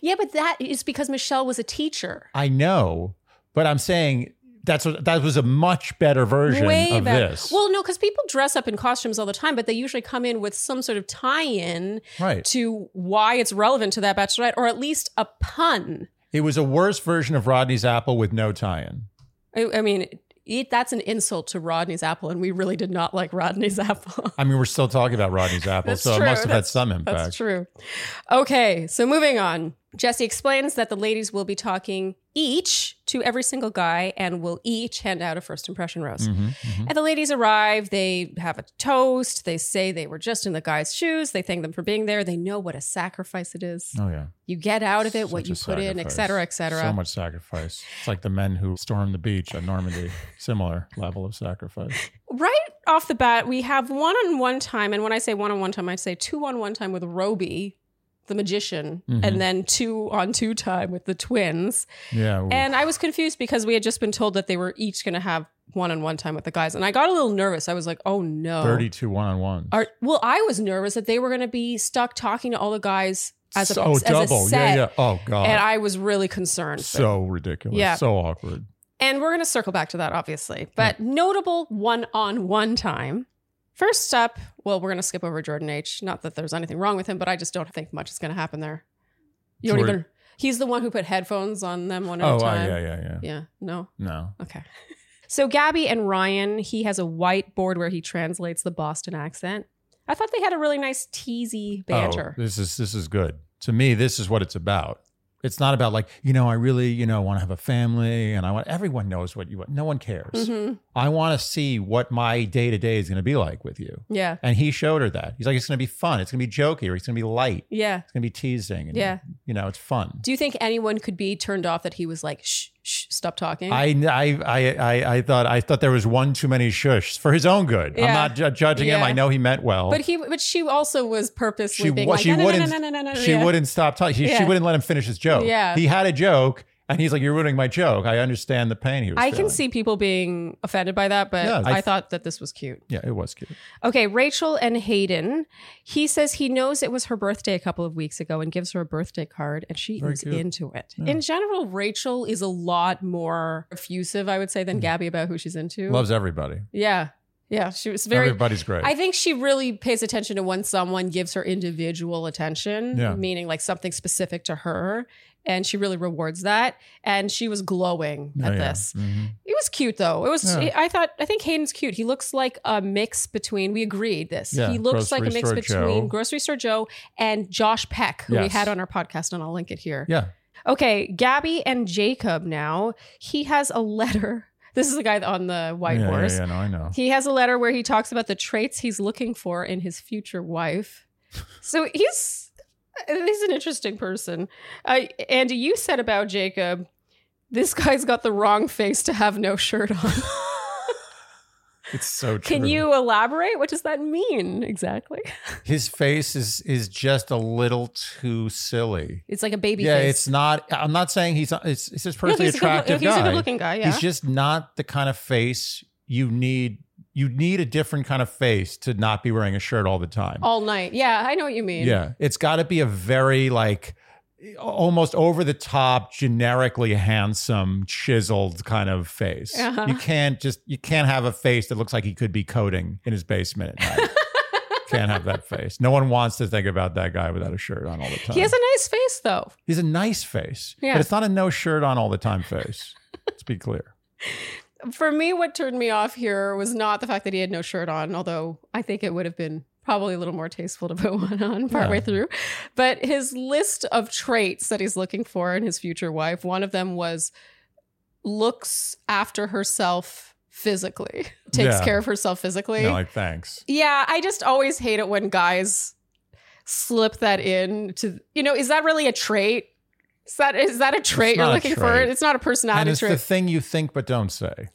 Speaker 2: yeah, but that is because Michelle was a teacher.
Speaker 1: I know, but I'm saying that's what, that was a much better version
Speaker 2: Way
Speaker 1: of
Speaker 2: better.
Speaker 1: this.
Speaker 2: Well, no, because people dress up in costumes all the time, but they usually come in with some sort of tie-in
Speaker 1: right.
Speaker 2: to why it's relevant to that bachelorette, or at least a pun.
Speaker 1: It was a worse version of Rodney's Apple with no tie-in.
Speaker 2: I, I mean, it, that's an insult to Rodney's apple, and we really did not like Rodney's apple.
Speaker 1: I mean, we're still talking about Rodney's Apple,
Speaker 2: That's
Speaker 1: so
Speaker 2: true.
Speaker 1: it must have
Speaker 2: That's-
Speaker 1: had some impact.
Speaker 2: That's true. Okay, so moving on. Jesse explains that the ladies will be talking each to every single guy and will each hand out a first impression rose.
Speaker 1: Mhm, mhm.
Speaker 2: And the ladies arrive, they have a toast, they say they were just in the guy's shoes, they thank them for being there, they know what a sacrifice it is.
Speaker 1: Oh yeah,
Speaker 2: You get out of it what
Speaker 1: Such
Speaker 2: you
Speaker 1: a
Speaker 2: put in, et
Speaker 1: sacrifice.
Speaker 2: cetera, et cetera.
Speaker 1: So much sacrifice. It's like the men who stormed the beach at Normandy. Similar level of sacrifice.
Speaker 2: Right off the bat, we have one on one time. And when I say one on one time, I say two on one time with Roby, the magician,
Speaker 1: Mhm.
Speaker 2: and then two on two time with the twins.
Speaker 1: Yeah. ooh.
Speaker 2: And I was confused because we had just been told that they were each going to have one on one time with the guys. And I got a little nervous. I was like, oh no.
Speaker 1: 32 one-on-ones.
Speaker 2: Are, well, I was nervous that they were going to be stuck talking to all the guys as a,
Speaker 1: so
Speaker 2: as a
Speaker 1: double. Yeah,
Speaker 2: set.
Speaker 1: yeah. Oh god.
Speaker 2: And I was really concerned.
Speaker 1: so ridiculous.
Speaker 2: Yeah.
Speaker 1: So awkward.
Speaker 2: And we're going to circle back to that, obviously. But notable one on one time. First up, well, we're going to skip over Jordan H. Not that there's anything wrong with him, but I just don't think much is going to happen there. You don't
Speaker 1: Jordan-
Speaker 2: even. He's the one who put headphones on them one at
Speaker 1: Oh
Speaker 2: a
Speaker 1: uh,
Speaker 2: time.
Speaker 1: yeah, yeah, yeah.
Speaker 2: yeah. No.
Speaker 1: No.
Speaker 2: Okay. So Gabby and Ryan, he has a whiteboard where he translates the Boston accent. I thought they had a really nice teasy banter.
Speaker 1: Oh, this is this is good. To me, this is what it's about. It's not about like, you know, I really, you know, want to have a family and I want everyone knows what you want. No one cares.
Speaker 2: hmm
Speaker 1: I want to see what my day to day is going to be like with you.
Speaker 2: Yeah.
Speaker 1: And he showed her that. He's like, it's going to be fun. It's going to be jokey or it's going to be light.
Speaker 2: Yeah.
Speaker 1: It's going to be teasing. And,
Speaker 2: Yeah.
Speaker 1: You know, it's fun.
Speaker 2: Do you think anyone could be turned off that he was like, shh, shh, stop talking?
Speaker 1: I, I, I, I, I thought I thought there was one too many shushs for his own good.
Speaker 2: Yeah.
Speaker 1: I'm not ju- judging him.
Speaker 2: Yeah.
Speaker 1: I know he meant well.
Speaker 2: but he, but she also was purposely
Speaker 1: She
Speaker 2: being
Speaker 1: wa-
Speaker 2: like,
Speaker 1: she
Speaker 2: no, no, no,
Speaker 1: wouldn't-
Speaker 2: no, no, no, no, no,
Speaker 1: she
Speaker 2: yeah.
Speaker 1: wouldn't stop talking. She, she
Speaker 2: Yeah.
Speaker 1: wouldn't let him finish his joke.
Speaker 2: Yeah.
Speaker 1: He had a joke and he's like, You're ruining my joke. I understand the pain he was
Speaker 2: I can
Speaker 1: feeling."
Speaker 2: see people being offended by that, but
Speaker 1: Yeah,
Speaker 2: I,
Speaker 1: I-
Speaker 2: thought that this was cute.
Speaker 1: Yeah, it was cute.
Speaker 2: Okay, Rachel and Hayden. He says he knows it was her birthday a couple of weeks ago and gives her a birthday card, and she
Speaker 1: Very
Speaker 2: is
Speaker 1: cute.
Speaker 2: into it.
Speaker 1: Yeah.
Speaker 2: In general, Rachel is a lot more effusive, I would say, than Gabby about who she's into.
Speaker 1: Mm. Loves everybody.
Speaker 2: yeah, yeah. She was very.
Speaker 1: Everybody's great.
Speaker 2: I think she really pays attention to when someone gives her individual attention,
Speaker 1: Yeah.
Speaker 2: meaning like something specific to her, and she really rewards that. And she was glowing
Speaker 1: Yeah,
Speaker 2: at
Speaker 1: yeah.
Speaker 2: this.
Speaker 1: Mhm.
Speaker 2: It was cute though. It was.
Speaker 1: Yeah.
Speaker 2: I thought. I think Hayden's cute. He looks like a mix between. We agreed this.
Speaker 1: Yeah,
Speaker 2: he looks like a
Speaker 1: Grocery
Speaker 2: mix
Speaker 1: Store
Speaker 2: between
Speaker 1: Joe.
Speaker 2: grocery store Joe and Josh Peck, who we
Speaker 1: Yes.
Speaker 2: had on our podcast, and I'll link it here.
Speaker 1: Yeah.
Speaker 2: Okay, Gabby and Jacob. Now he has a letter. This is the guy on the white
Speaker 1: yeah,
Speaker 2: horse.
Speaker 1: Yeah, yeah, no, I know.
Speaker 2: He has a letter where he talks about the traits he's looking for in his future wife. So he's he's an interesting person. Uh, Andy, you said about Jacob, this guy's got the wrong face to have no shirt on.
Speaker 1: It's so true.
Speaker 2: Can you elaborate? What does that mean exactly?
Speaker 1: His face is is just a little too silly.
Speaker 2: It's like a baby
Speaker 1: yeah,
Speaker 2: face.
Speaker 1: it's not. I'm not saying he's. not- It's, it's just
Speaker 2: No,
Speaker 1: personally
Speaker 2: he's a good-
Speaker 1: attractive
Speaker 2: He's a
Speaker 1: guy.
Speaker 2: good looking guy, yeah.
Speaker 1: He's just not the kind of face you need. You need a different kind of face to not be wearing a shirt all the time.
Speaker 2: All night. Yeah, I know what you mean.
Speaker 1: Yeah, it's got to be a very like almost over the top, generically handsome, chiseled kind of face.
Speaker 2: Uh-huh.
Speaker 1: You can't just you can't have a face that looks like he could be coding in his basement at night. can't have that face. No one wants to think about that guy without a shirt on all the time.
Speaker 2: He has a nice face though.
Speaker 1: He's a nice face,
Speaker 2: Yeah.
Speaker 1: but it's not a no shirt on all the time face. Let's be clear.
Speaker 2: For me, what turned me off here was not the fact that he had no shirt on, although I think it would have been probably a little more tasteful to put one on partway
Speaker 1: Yeah.
Speaker 2: through. But his list of traits that he's looking for in his future wife, one of them was looks after herself physically, takes
Speaker 1: Yeah.
Speaker 2: care of herself physically.
Speaker 1: You know, like thanks.
Speaker 2: Yeah, I just always hate it when guys slip that in to you know, is that really a trait? Is that is that a trait you're
Speaker 1: not a
Speaker 2: looking for?
Speaker 1: trait.
Speaker 2: It's not a
Speaker 1: and
Speaker 2: personality
Speaker 1: it's
Speaker 2: trait.
Speaker 1: the thing you think but don't say.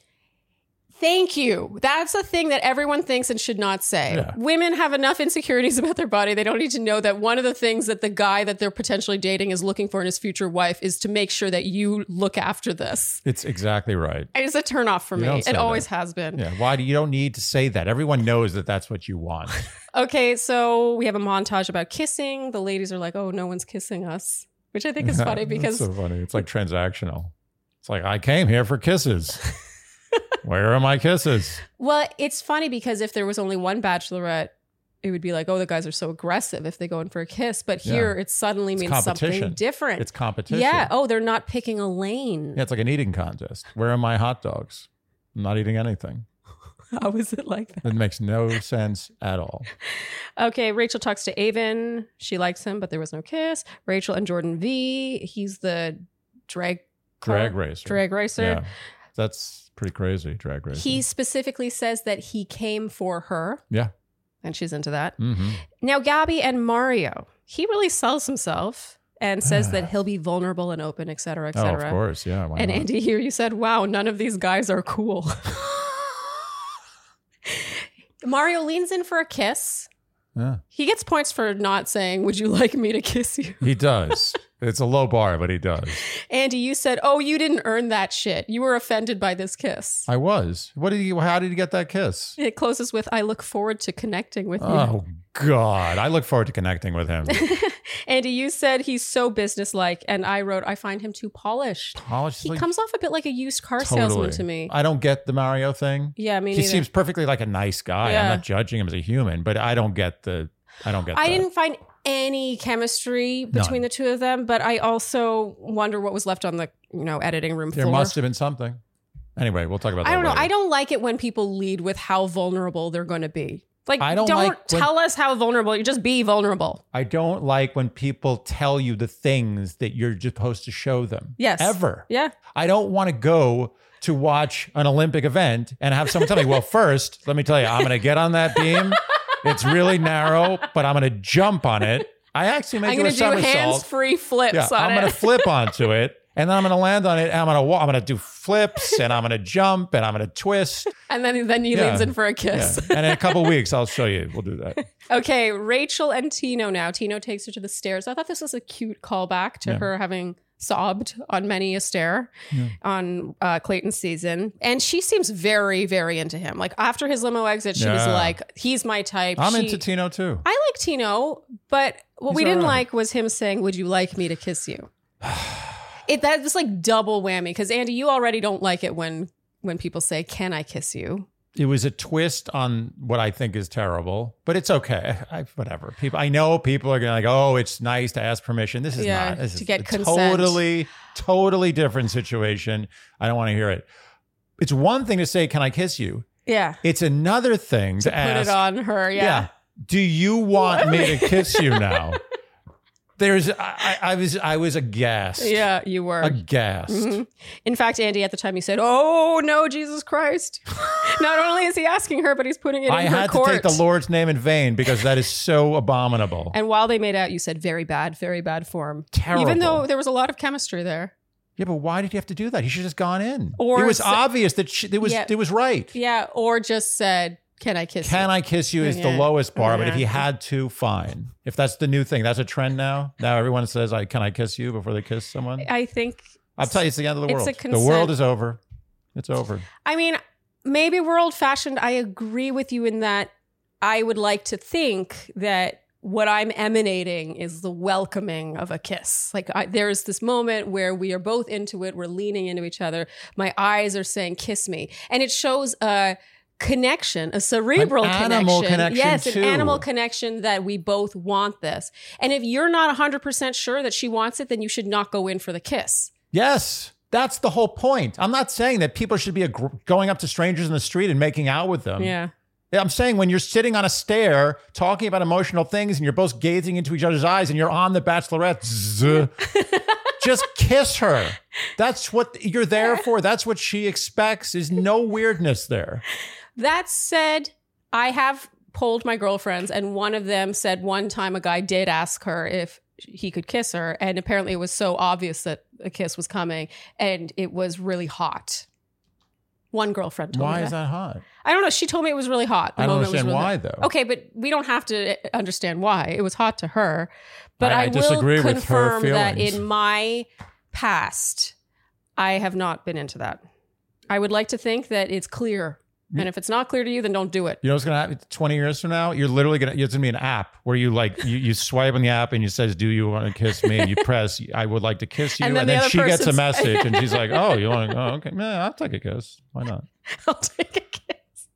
Speaker 2: Thank you. That's a thing that everyone thinks and should not say.
Speaker 1: Yeah.
Speaker 2: Women have enough insecurities about their body. They don't need to know that one of the things that the guy that they're potentially dating is looking for in his future wife is to make sure that you look after this.
Speaker 1: It's exactly right.
Speaker 2: And it's a turnoff for
Speaker 1: You
Speaker 2: me.
Speaker 1: don't say
Speaker 2: It always has been.
Speaker 1: Yeah. Why do you don't need to say that? Everyone knows that that's what you want.
Speaker 2: Okay, so we have a montage about kissing. The ladies are like, oh, no one's kissing us, which I think is funny
Speaker 1: That's
Speaker 2: because
Speaker 1: so funny. It's like transactional. It's like I came here for kisses. Where are my kisses?
Speaker 2: Well, it's funny because if there was only one bachelorette, it would be like, oh, the guys are so aggressive if they go in for a kiss. But
Speaker 1: Yeah.
Speaker 2: here, it suddenly
Speaker 1: It's
Speaker 2: means something
Speaker 1: competition.
Speaker 2: different.
Speaker 1: It's competition.
Speaker 2: Yeah. Oh, they're not picking a lane.
Speaker 1: Yeah, it's like an eating contest. Where are my hot dogs? I'm not eating anything.
Speaker 2: How is it like that?
Speaker 1: It makes no sense at all.
Speaker 2: Okay. Rachel talks to Avon. She likes him, but there was no kiss. Rachel and Jordan V. He's the drag car-
Speaker 1: Drag racer.
Speaker 2: drag racer.
Speaker 1: Yeah. That's pretty crazy, drag racer.
Speaker 2: He specifically says that he came for her.
Speaker 1: Yeah.
Speaker 2: And she's into that.
Speaker 1: hmm
Speaker 2: Now, Gabby and Mario, he really sells himself and says that he'll be vulnerable and open, et cetera, et
Speaker 1: Oh, of
Speaker 2: cetera.
Speaker 1: course. Yeah. Why
Speaker 2: and
Speaker 1: not?
Speaker 2: Andy, here you said, wow, none of these guys are cool. Mario leans in for a kiss.
Speaker 1: Yeah.
Speaker 2: He gets points for not saying, Would you like me to kiss you?
Speaker 1: He does. it's a low bar, but he does.
Speaker 2: Andy, you said, Oh, you didn't earn that shit. You were offended by this kiss.
Speaker 1: I was. What did you how did you get that kiss?
Speaker 2: It closes with, I look forward to connecting with you.
Speaker 1: Oh God. I look forward to connecting with him.
Speaker 2: Andy, you said he's so businesslike. And I wrote, I find him too polished.
Speaker 1: Polished,
Speaker 2: He
Speaker 1: Oh, like,
Speaker 2: comes off a bit like a used car salesman to me.
Speaker 1: I don't get the Mario thing.
Speaker 2: yeah, me
Speaker 1: he
Speaker 2: neither.
Speaker 1: seems perfectly like a nice guy.
Speaker 2: Yeah.
Speaker 1: I'm not judging him as a human, but I don't get the I don't get
Speaker 2: I
Speaker 1: that.
Speaker 2: didn't find any chemistry
Speaker 1: None.
Speaker 2: between the two of them, but I also wonder what was left on the you know editing room
Speaker 1: there
Speaker 2: floor.
Speaker 1: must have been something. Anyway, we'll talk about that.
Speaker 2: I don't know.
Speaker 1: later.
Speaker 2: I don't like it when people lead with how vulnerable they're going to be. Like,
Speaker 1: I
Speaker 2: don't,
Speaker 1: don't like when-
Speaker 2: tell us how vulnerable. You just be vulnerable.
Speaker 1: I don't like when people tell you the things that you're just supposed to show them.
Speaker 2: Yes.
Speaker 1: Ever.
Speaker 2: Yeah.
Speaker 1: I don't want to go to watch an Olympic event and have someone tell me, well, first, let me tell you, I'm going to get on that beam. It's really narrow, but I'm going to jump on it. I actually may
Speaker 2: I'm
Speaker 1: do
Speaker 2: going
Speaker 1: a
Speaker 2: to do
Speaker 1: somersault.
Speaker 2: hands-free flips
Speaker 1: Yeah,
Speaker 2: on
Speaker 1: I'm
Speaker 2: it.
Speaker 1: gonna flip onto it, and then I'm gonna land on it, and I'm gonna walk. I'm gonna do flips, and I'm gonna jump, and I'm gonna twist.
Speaker 2: and then then he
Speaker 1: Yeah.
Speaker 2: leans in for a
Speaker 1: Yeah.
Speaker 2: kiss.
Speaker 1: And in a couple weeks, I'll show you. We'll do that.
Speaker 2: Okay, Rachel and Tino now. Tino takes her to the stairs. I thought this was a cute callback to
Speaker 1: Yeah.
Speaker 2: her having sobbed on many a stair
Speaker 1: Yeah.
Speaker 2: on uh, Clayton's season. And she seems very, very into him. Like after his limo exit, she was
Speaker 1: Yeah.
Speaker 2: like, he's my type.
Speaker 1: I'm
Speaker 2: She-
Speaker 1: into Tino too.
Speaker 2: I like Tino, but what
Speaker 1: He's
Speaker 2: we didn't
Speaker 1: all right.
Speaker 2: like was him saying, Would you like me to kiss you? it that was like double whammy because Andy, you already don't like it when when people say, Can I kiss you?
Speaker 1: It was a twist on what I think is terrible, but it's okay. I, whatever. People, I know people are gonna like, oh, it's nice to ask permission. This is
Speaker 2: Yeah,
Speaker 1: not. This
Speaker 2: to
Speaker 1: is
Speaker 2: get
Speaker 1: a
Speaker 2: consent.
Speaker 1: Totally, totally different situation. I don't want to hear it. It's one thing to say, "Can I kiss you?"
Speaker 2: Yeah.
Speaker 1: It's another thing to,
Speaker 2: Put
Speaker 1: ask,
Speaker 2: it on her. yeah.
Speaker 1: Do you want me to kiss you now? There's I, I, I was I was aghast.
Speaker 2: Yeah, you were.
Speaker 1: Aghast.
Speaker 2: Mhm. In fact, Andy, at the time, you said, "Oh no, Jesus Christ!" Not only is he asking her, but he's putting it in
Speaker 1: I
Speaker 2: her
Speaker 1: had
Speaker 2: court.
Speaker 1: to take the Lord's name in vain because that is so abominable.
Speaker 2: And while they made out, you said, "Very bad, very bad form."
Speaker 1: Terrible.
Speaker 2: Even though there was a lot of chemistry there,
Speaker 1: Yeah, but why did he have to do that? He should have just gone in.
Speaker 2: Or
Speaker 1: it was
Speaker 2: s-
Speaker 1: obvious that she, it was
Speaker 2: Yeah.
Speaker 1: it was right.
Speaker 2: Yeah, or just said, "Can I kiss
Speaker 1: Can
Speaker 2: you?"
Speaker 1: I kiss you is the
Speaker 2: Yeah.
Speaker 1: lowest bar, but if he
Speaker 2: Yeah.
Speaker 1: had to, fine. If that's the new thing, that's a trend now. Now everyone says, "I can I kiss you" before they kiss someone.
Speaker 2: I think.
Speaker 1: I'll tell you, it's the end of the
Speaker 2: It's
Speaker 1: world.
Speaker 2: a
Speaker 1: The world
Speaker 2: consent-
Speaker 1: is over. It's over.
Speaker 2: I mean, maybe we're old fashioned. I agree with you in that. I would like to think that what I'm emanating is the welcoming of a kiss. Like I, there's this moment where we are both into it. We're leaning into each other. My eyes are saying, "Kiss me," and it shows a connection, a cerebral
Speaker 1: animal connection,
Speaker 2: Yes,
Speaker 1: too.
Speaker 2: an animal connection that we both want this. And if you're not 100% sure that she wants it, then you should not go in for the kiss.
Speaker 1: Yes, that's the whole point. I'm not saying that people should be aggr going up to strangers in the street and making out with them.
Speaker 2: yeah.
Speaker 1: I'm saying when you're sitting on a stair talking about emotional things and you're both gazing into each other's eyes and you're on the bachelorette, zzz, just kiss her. That's what you're there for. That's what she expects. Is no weirdness there.
Speaker 2: That said, I have polled my girlfriends, and one of them said one time a guy did ask her if he could kiss her, and apparently it was so obvious that a kiss was coming, and it was really hot. One girlfriend told
Speaker 1: Why
Speaker 2: me
Speaker 1: is that hot?
Speaker 2: I don't know. She told me it was really hot. The
Speaker 1: I don't
Speaker 2: moment was
Speaker 1: understand
Speaker 2: really
Speaker 1: why
Speaker 2: hot.
Speaker 1: though.
Speaker 2: Okay, but we don't have to understand why. It was hot to her. But
Speaker 1: I-
Speaker 2: I,
Speaker 1: I
Speaker 2: will
Speaker 1: disagree with her
Speaker 2: confirm that
Speaker 1: feelings.
Speaker 2: in my past, I have not been into that. I would like to think that it's clear. And if it's not clear to you, then don't do it.
Speaker 1: You know what's gonna happen? Twenty years from now, you're literally gonna. It's gonna be an app where you like you, you swipe on the app and you says, "Do you want to kiss me?" And you press, "I would like to kiss you,"
Speaker 2: And
Speaker 1: and
Speaker 2: then
Speaker 1: then,
Speaker 2: the other
Speaker 1: she gets a
Speaker 2: person's-
Speaker 1: message and she's like, "Oh, you want? to? Oh, okay, yeah, I'll take a kiss. Why not?"
Speaker 2: I'll take a kiss.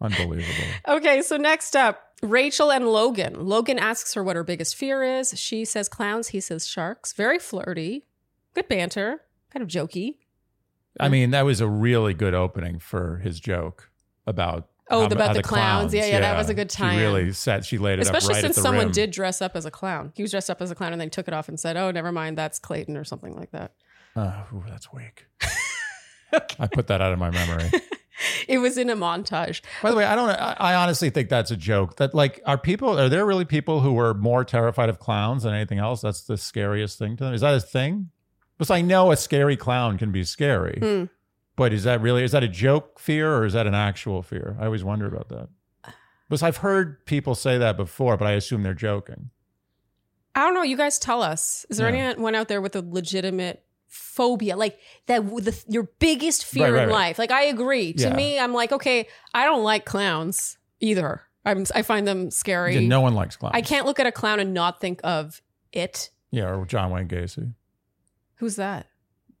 Speaker 1: Unbelievable.
Speaker 2: Okay, so next up, Rachel and Logan. Logan asks her what her biggest fear is. She says clowns, he says sharks. Very flirty, good banter, kind of jokey.
Speaker 1: I mean, that was a really good opening for his joke about
Speaker 2: Oh,
Speaker 1: how-
Speaker 2: about
Speaker 1: how
Speaker 2: the clowns. Yeah, yeah, that was a good
Speaker 1: She
Speaker 2: tie-in.
Speaker 1: really set. She laid it up
Speaker 2: Especially
Speaker 1: right
Speaker 2: since
Speaker 1: at the
Speaker 2: someone
Speaker 1: rim.
Speaker 2: did dress up as a clown. He was dressed up as a clown and then took it off and said, "Oh, never mind, that's Clayton or something like that."
Speaker 1: Uh, ooh, that's weak. I put that out of my memory.
Speaker 2: It was in a montage.
Speaker 1: By the way, I don't. I, I honestly think that's a joke. That like, are people? Are there really people who are more terrified of clowns than anything else? That's the scariest thing to them. Is that a thing? Because I know a scary clown can be scary,
Speaker 2: Hmm.
Speaker 1: but is that really? Is that a joke fear or is that an actual fear? I always wonder about that. Because I've heard people say that before, but I assume they're joking.
Speaker 2: I don't know. You guys tell us. Is there
Speaker 1: Yeah.
Speaker 2: anyone out there with a legitimate phobia, like that? The, your biggest fear
Speaker 1: Right, right,
Speaker 2: in
Speaker 1: right.
Speaker 2: life. Like I agree.
Speaker 1: Yeah.
Speaker 2: To me, I'm like, okay, I don't like clowns either. I'm, I find them scary.
Speaker 1: Yeah, no one likes clowns.
Speaker 2: I can't look at a clown and not think of it.
Speaker 1: Yeah, or John Wayne Gacy.
Speaker 2: Who's that?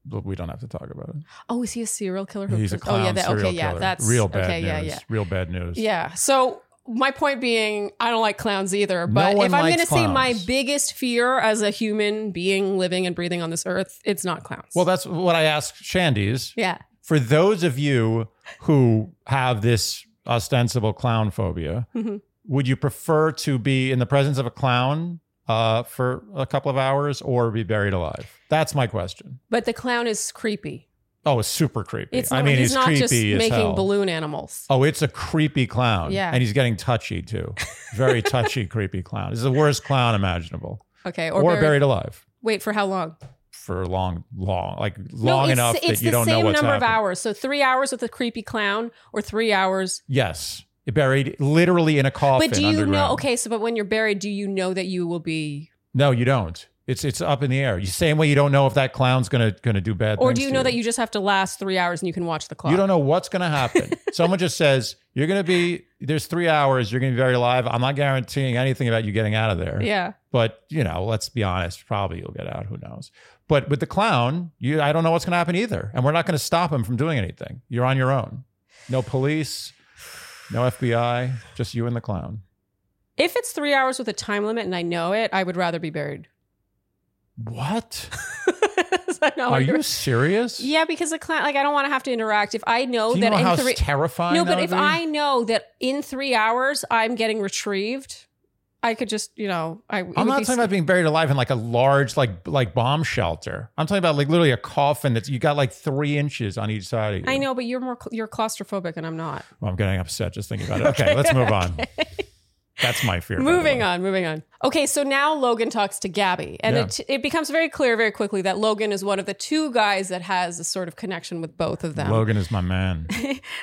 Speaker 1: But we don't have to talk about it.
Speaker 2: Oh, is he a serial killer? who
Speaker 1: He's a
Speaker 2: kills-
Speaker 1: clown.
Speaker 2: Oh yeah, that,
Speaker 1: serial
Speaker 2: okay, yeah,
Speaker 1: killer.
Speaker 2: that's
Speaker 1: real bad
Speaker 2: okay,
Speaker 1: news.
Speaker 2: Yeah, yeah.
Speaker 1: Real bad news.
Speaker 2: Yeah. So my point being, I don't like clowns either. But
Speaker 1: one
Speaker 2: if I'm
Speaker 1: likes
Speaker 2: going to say my
Speaker 1: clowns.
Speaker 2: biggest fear as a human being living and breathing on this earth, it's not clowns.
Speaker 1: Well, that's what I asked Shandy's.
Speaker 2: yeah.
Speaker 1: for those of you who have this ostensible clown phobia,
Speaker 2: Mhm.
Speaker 1: would you prefer to be in the presence of a clown uh, for a couple of hours or be buried alive? That's my question.
Speaker 2: But the clown is creepy.
Speaker 1: Oh, it's super creepy.
Speaker 2: It's
Speaker 1: I
Speaker 2: not,
Speaker 1: mean,
Speaker 2: he's
Speaker 1: it's
Speaker 2: not
Speaker 1: creepy
Speaker 2: just
Speaker 1: as
Speaker 2: making
Speaker 1: hell.
Speaker 2: balloon animals.
Speaker 1: Oh, it's a creepy clown.
Speaker 2: Yeah.
Speaker 1: And he's getting touchy too. Very touchy, creepy clown. This is the worst clown imaginable.
Speaker 2: Okay.
Speaker 1: Or,
Speaker 2: Or, buried,
Speaker 1: buried, alive
Speaker 2: Wait, for how long?
Speaker 1: for long, long, like long
Speaker 2: no, it's,
Speaker 1: enough
Speaker 2: it's
Speaker 1: that you
Speaker 2: the
Speaker 1: don't
Speaker 2: same
Speaker 1: know what's
Speaker 2: number
Speaker 1: happening.
Speaker 2: of hours. So three hours with a creepy clown or three hours.
Speaker 1: Yes. Buried literally in a coffin.
Speaker 2: but do you know?
Speaker 1: underground.
Speaker 2: Okay. So, but when you're buried, do you know that you will be.
Speaker 1: No, you don't. It's it's up in the air. You same way you don't know if that clown's gonna gonna do bad.
Speaker 2: Or
Speaker 1: things
Speaker 2: do you
Speaker 1: to
Speaker 2: know that you just have to last three hours and you can watch the clock?
Speaker 1: you don't know what's gonna happen? Someone just says you're gonna be there's three hours. You're gonna be very alive. I'm not guaranteeing anything about you getting out of there.
Speaker 2: Yeah.
Speaker 1: But you know, let's be honest. Probably you'll get out. Who knows? But with the clown, you I don't know what's gonna happen either, and we're not gonna stop him from doing anything. You're on your own. No police, no FBI, just you and the clown.
Speaker 2: If it's three hours with a time limit and I know it, I would rather be buried.
Speaker 1: What?
Speaker 2: Is that not
Speaker 1: Are
Speaker 2: what you're-
Speaker 1: you serious?
Speaker 2: Oh, Yeah, because the client, like, I don't want to have to interact. If I know
Speaker 1: Do you
Speaker 2: that
Speaker 1: know
Speaker 2: in
Speaker 1: how
Speaker 2: three,
Speaker 1: terrifying?
Speaker 2: no,
Speaker 1: that
Speaker 2: but
Speaker 1: would
Speaker 2: if
Speaker 1: be?
Speaker 2: I know that in three hours I'm getting retrieved, I could just, you know, I. it
Speaker 1: I'm
Speaker 2: would
Speaker 1: not
Speaker 2: be
Speaker 1: talking about being buried alive in like a large like like bomb shelter. I'm talking about like literally a coffin that's you got like three inches on each side of you.
Speaker 2: I know, but you're more cl- you're claustrophobic, and I'm not.
Speaker 1: Well, I'm getting upset just thinking about it. Okay, let's move on. That's my fear. by the
Speaker 2: Moving
Speaker 1: way.
Speaker 2: on, moving on. Okay, so now Logan talks to Gabby, and
Speaker 1: Yeah.
Speaker 2: it, it becomes very clear very quickly that Logan is one of the two guys that has a sort of connection with both of them.
Speaker 1: Logan is my man.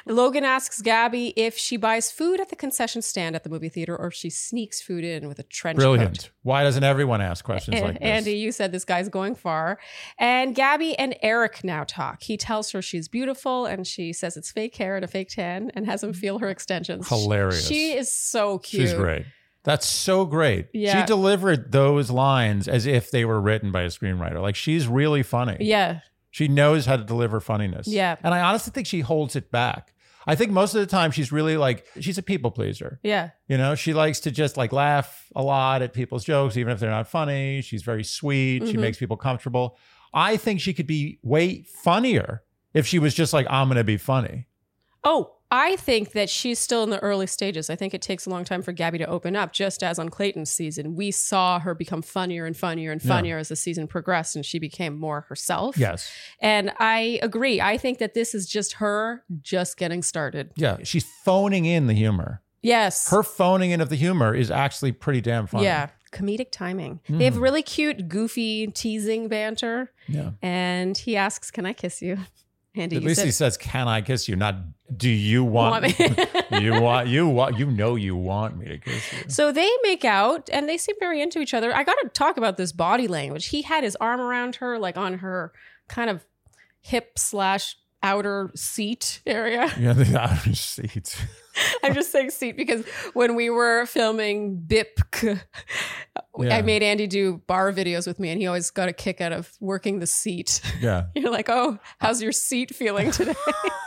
Speaker 2: Logan asks Gabby if she buys food at the concession stand at the movie theater or if she sneaks food in with a trench coat.
Speaker 1: Brilliant. Why doesn't everyone ask questions like
Speaker 2: And-
Speaker 1: this?
Speaker 2: Andy, you said this guy's going far. And Gabby and Eric now talk. He tells her she's beautiful and she says it's fake hair and a fake tan and has him feel her extensions.
Speaker 1: Hilarious.
Speaker 2: She is so cute.
Speaker 1: She's great. That's so great.
Speaker 2: Yeah.
Speaker 1: She delivered those lines as if they were written by a screenwriter. Like she's really funny.
Speaker 2: Yeah.
Speaker 1: She knows how to deliver funniness.
Speaker 2: Yeah.
Speaker 1: And I honestly think she holds it back. I think most of the time she's really like she's a people pleaser.
Speaker 2: Yeah.
Speaker 1: You know, she likes to just like laugh a lot at people's jokes, even if they're not funny. She's very sweet. She
Speaker 2: Mhm.
Speaker 1: makes people comfortable. I think she could be way funnier if she was just like, I'm going to be funny.
Speaker 2: Oh, I think that she's still in the early stages. I think it takes a long time for Gabby to open up, just as on Clayton's season. We saw her become funnier and funnier and
Speaker 1: Yeah.
Speaker 2: funnier as the season progressed and she became more herself.
Speaker 1: Yes.
Speaker 2: And I agree. I think that this is just her just getting started.
Speaker 1: Yeah. She's phoning in the humor.
Speaker 2: Yes.
Speaker 1: Her phoning in of the humor is actually pretty damn funny.
Speaker 2: Yeah. Comedic timing. They
Speaker 1: Hmm.
Speaker 2: have really cute, goofy, teasing banter.
Speaker 1: Yeah.
Speaker 2: And he asks, Can I kiss you? Andy,
Speaker 1: At
Speaker 2: you
Speaker 1: least
Speaker 2: said,
Speaker 1: he says, "Can I kiss you?" Not, "Do you want?"
Speaker 2: Want me?"
Speaker 1: you want you want you know you want me to kiss you.
Speaker 2: So they make out and they seem very into each other. I got to talk about this body language. He had his arm around her, like on her kind of hip slash outer seat area.
Speaker 1: Yeah, the outer seat.
Speaker 2: I'm just saying seat because when we were filming BIPK,
Speaker 1: Yeah.
Speaker 2: I made Andy do bar videos with me and he always got a kick out of working the seat.
Speaker 1: Yeah,
Speaker 2: You're like, oh, how's your seat feeling today?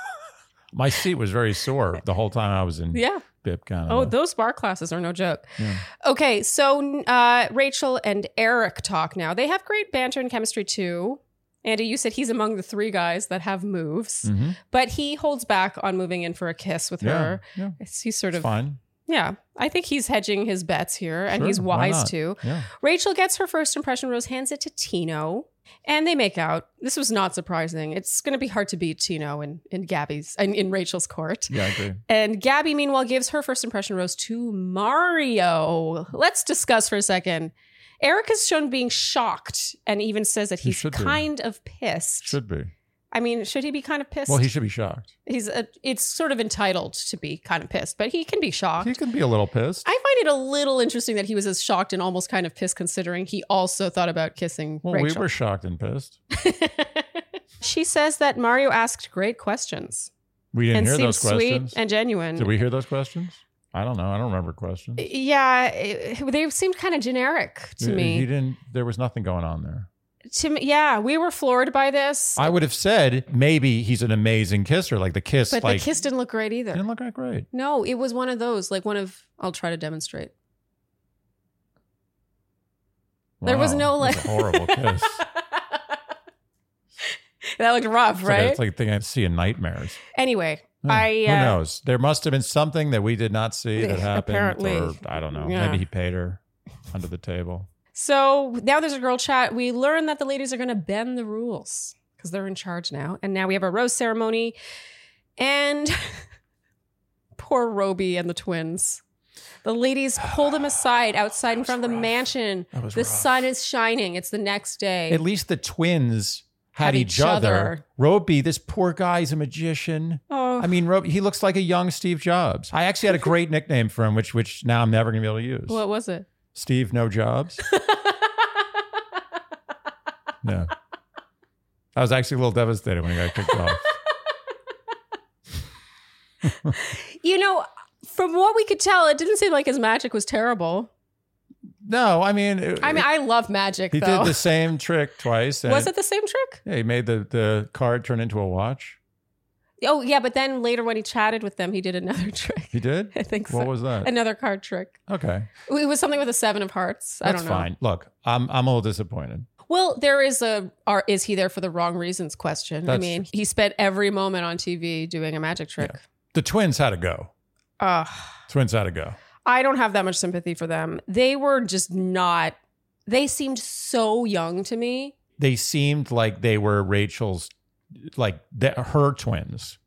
Speaker 1: my seat was very sore the whole time I was in
Speaker 2: yeah.
Speaker 1: Bip kind
Speaker 2: Oh, those bar classes are no joke.
Speaker 1: Uh-huh. Yeah.
Speaker 2: Okay, so uh, Rachel and Eric talk now. They have great banter and chemistry too. Andy, you said he's among the three guys that have moves, but he holds back on moving in for a kiss with
Speaker 1: Mm. Mm-hmm. yeah,
Speaker 2: her.
Speaker 1: yeah,
Speaker 2: It's- He's sort
Speaker 1: it's
Speaker 2: of,
Speaker 1: fine.
Speaker 2: yeah. I think he's hedging his bets here, and
Speaker 1: Sure,
Speaker 2: he's
Speaker 1: why
Speaker 2: wise
Speaker 1: not?
Speaker 2: too.
Speaker 1: Yeah,
Speaker 2: Rachel gets her first impression rose, hands it to Tino, and they make out. This was not surprising. It's going to be hard to beat Tino in, in Gabby's and in Rachel's court.
Speaker 1: yeah, I agree.
Speaker 2: And Gabby, meanwhile, gives her first impression rose to Mario. Let's discuss for a second. Eric is shown being shocked and even says that
Speaker 1: He
Speaker 2: he's
Speaker 1: should be.
Speaker 2: kind of pissed.
Speaker 1: Should be.
Speaker 2: I mean, should he be kind of pissed?
Speaker 1: Well, he should be shocked.
Speaker 2: he's a, it's sort of entitled to be kind of pissed, but he can be shocked.
Speaker 1: He can be a little pissed.
Speaker 2: I find it a little interesting that he was as shocked and almost kind of pissed considering he also thought about kissing
Speaker 1: well,
Speaker 2: Rachel.
Speaker 1: we were shocked and pissed.
Speaker 2: she says that Mario asked great questions
Speaker 1: We didn't
Speaker 2: and
Speaker 1: hear
Speaker 2: seemed
Speaker 1: those
Speaker 2: sweet
Speaker 1: questions.
Speaker 2: and genuine.
Speaker 1: Did we hear those questions? I don't know. I don't remember questions.
Speaker 2: Yeah, it- they seemed kind of generic to
Speaker 1: He- He
Speaker 2: me.
Speaker 1: didn't. There was nothing going on there.
Speaker 2: To me, yeah, we were floored by this,
Speaker 1: I would have said maybe he's an amazing kisser, like the kiss,
Speaker 2: but
Speaker 1: like
Speaker 2: the kiss didn't look great either.
Speaker 1: didn't look that great.
Speaker 2: No, it was one of those, like one of. I'll try to demonstrate. There was no,
Speaker 1: that
Speaker 2: like-
Speaker 1: a horrible kiss.
Speaker 2: that looked rough,
Speaker 1: It's like,
Speaker 2: right?
Speaker 1: it's like a thing I see in nightmares.
Speaker 2: anyway,
Speaker 1: Huh,
Speaker 2: I uh,
Speaker 1: Who knows? There must have been something that we did not see that happened.
Speaker 2: Apparently.
Speaker 1: or I don't know.
Speaker 2: Yeah.
Speaker 1: Maybe he paid her under the table.
Speaker 2: So now there's a girl chat. We learn that the ladies are going to bend the rules because they're in charge now. And now we have a rose ceremony. And poor Roby and the twins. The ladies pull them aside outside in
Speaker 1: That
Speaker 2: front
Speaker 1: was
Speaker 2: of the
Speaker 1: rough.
Speaker 2: mansion.
Speaker 1: That was
Speaker 2: The
Speaker 1: rough.
Speaker 2: sun is shining. It's the next day.
Speaker 1: At least the twins had,
Speaker 2: Had
Speaker 1: each,
Speaker 2: each
Speaker 1: other.
Speaker 2: other.
Speaker 1: Roby, this poor guy's a magician.
Speaker 2: oh,
Speaker 1: I mean, Roby, he looks like a young Steve Jobs. I actually had a great nickname for him, which which now I'm never gonna be able to use.
Speaker 2: what was it?
Speaker 1: Steve No Jobs. No. I was actually a little devastated when he got kicked off.
Speaker 2: you know, from what we could tell, it didn't seem like his magic was terrible.
Speaker 1: No, I mean, it-
Speaker 2: I mean, I love magic,
Speaker 1: he
Speaker 2: though.
Speaker 1: did the same trick twice. and
Speaker 2: was it the same trick?
Speaker 1: Yeah, he made the, the card turn into a watch.
Speaker 2: Oh, yeah, but then later when he chatted with them, he did another trick.
Speaker 1: He did?
Speaker 2: I think so.
Speaker 1: What was that?
Speaker 2: Another card trick.
Speaker 1: Okay.
Speaker 2: It was something with a seven of hearts. I
Speaker 1: That's
Speaker 2: don't know.
Speaker 1: fine. Look, I'm I'm a little disappointed.
Speaker 2: Well, there is a are is he there for the wrong reasons question. I
Speaker 1: That's
Speaker 2: mean, he spent every moment on TV doing a magic trick.
Speaker 1: The twins had to go.
Speaker 2: Ugh.
Speaker 1: Twins had to go.
Speaker 2: I don't have that much sympathy for them. They were just not they seemed so young to me.
Speaker 1: They seemed like they were Rachel's, like the, her twins.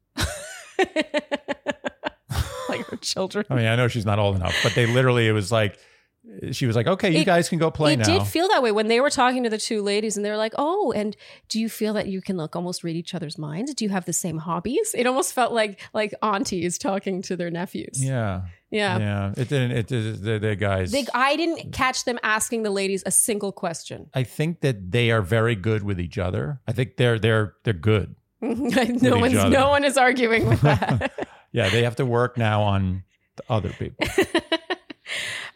Speaker 2: like her children.
Speaker 1: I mean, I know she's not old enough, but they literally, it was like she was like, "Okay, you
Speaker 2: It-
Speaker 1: guys can go play
Speaker 2: it
Speaker 1: now."
Speaker 2: did feel that way when they were talking to the two ladies and they were like, "Oh, and do you feel that you can like almost read each other's minds? Do you have the same hobbies?" It almost felt like like aunties talking to their nephews.
Speaker 1: yeah,
Speaker 2: Yeah.
Speaker 1: yeah, It didn't. It did. The, the guys.
Speaker 2: They, I didn't catch them asking the ladies a single question.
Speaker 1: I think that they are very good with each other. I think they're they're they're good. each
Speaker 2: no one's
Speaker 1: other.
Speaker 2: no one is arguing with that.
Speaker 1: Yeah, they have to work now on the other people.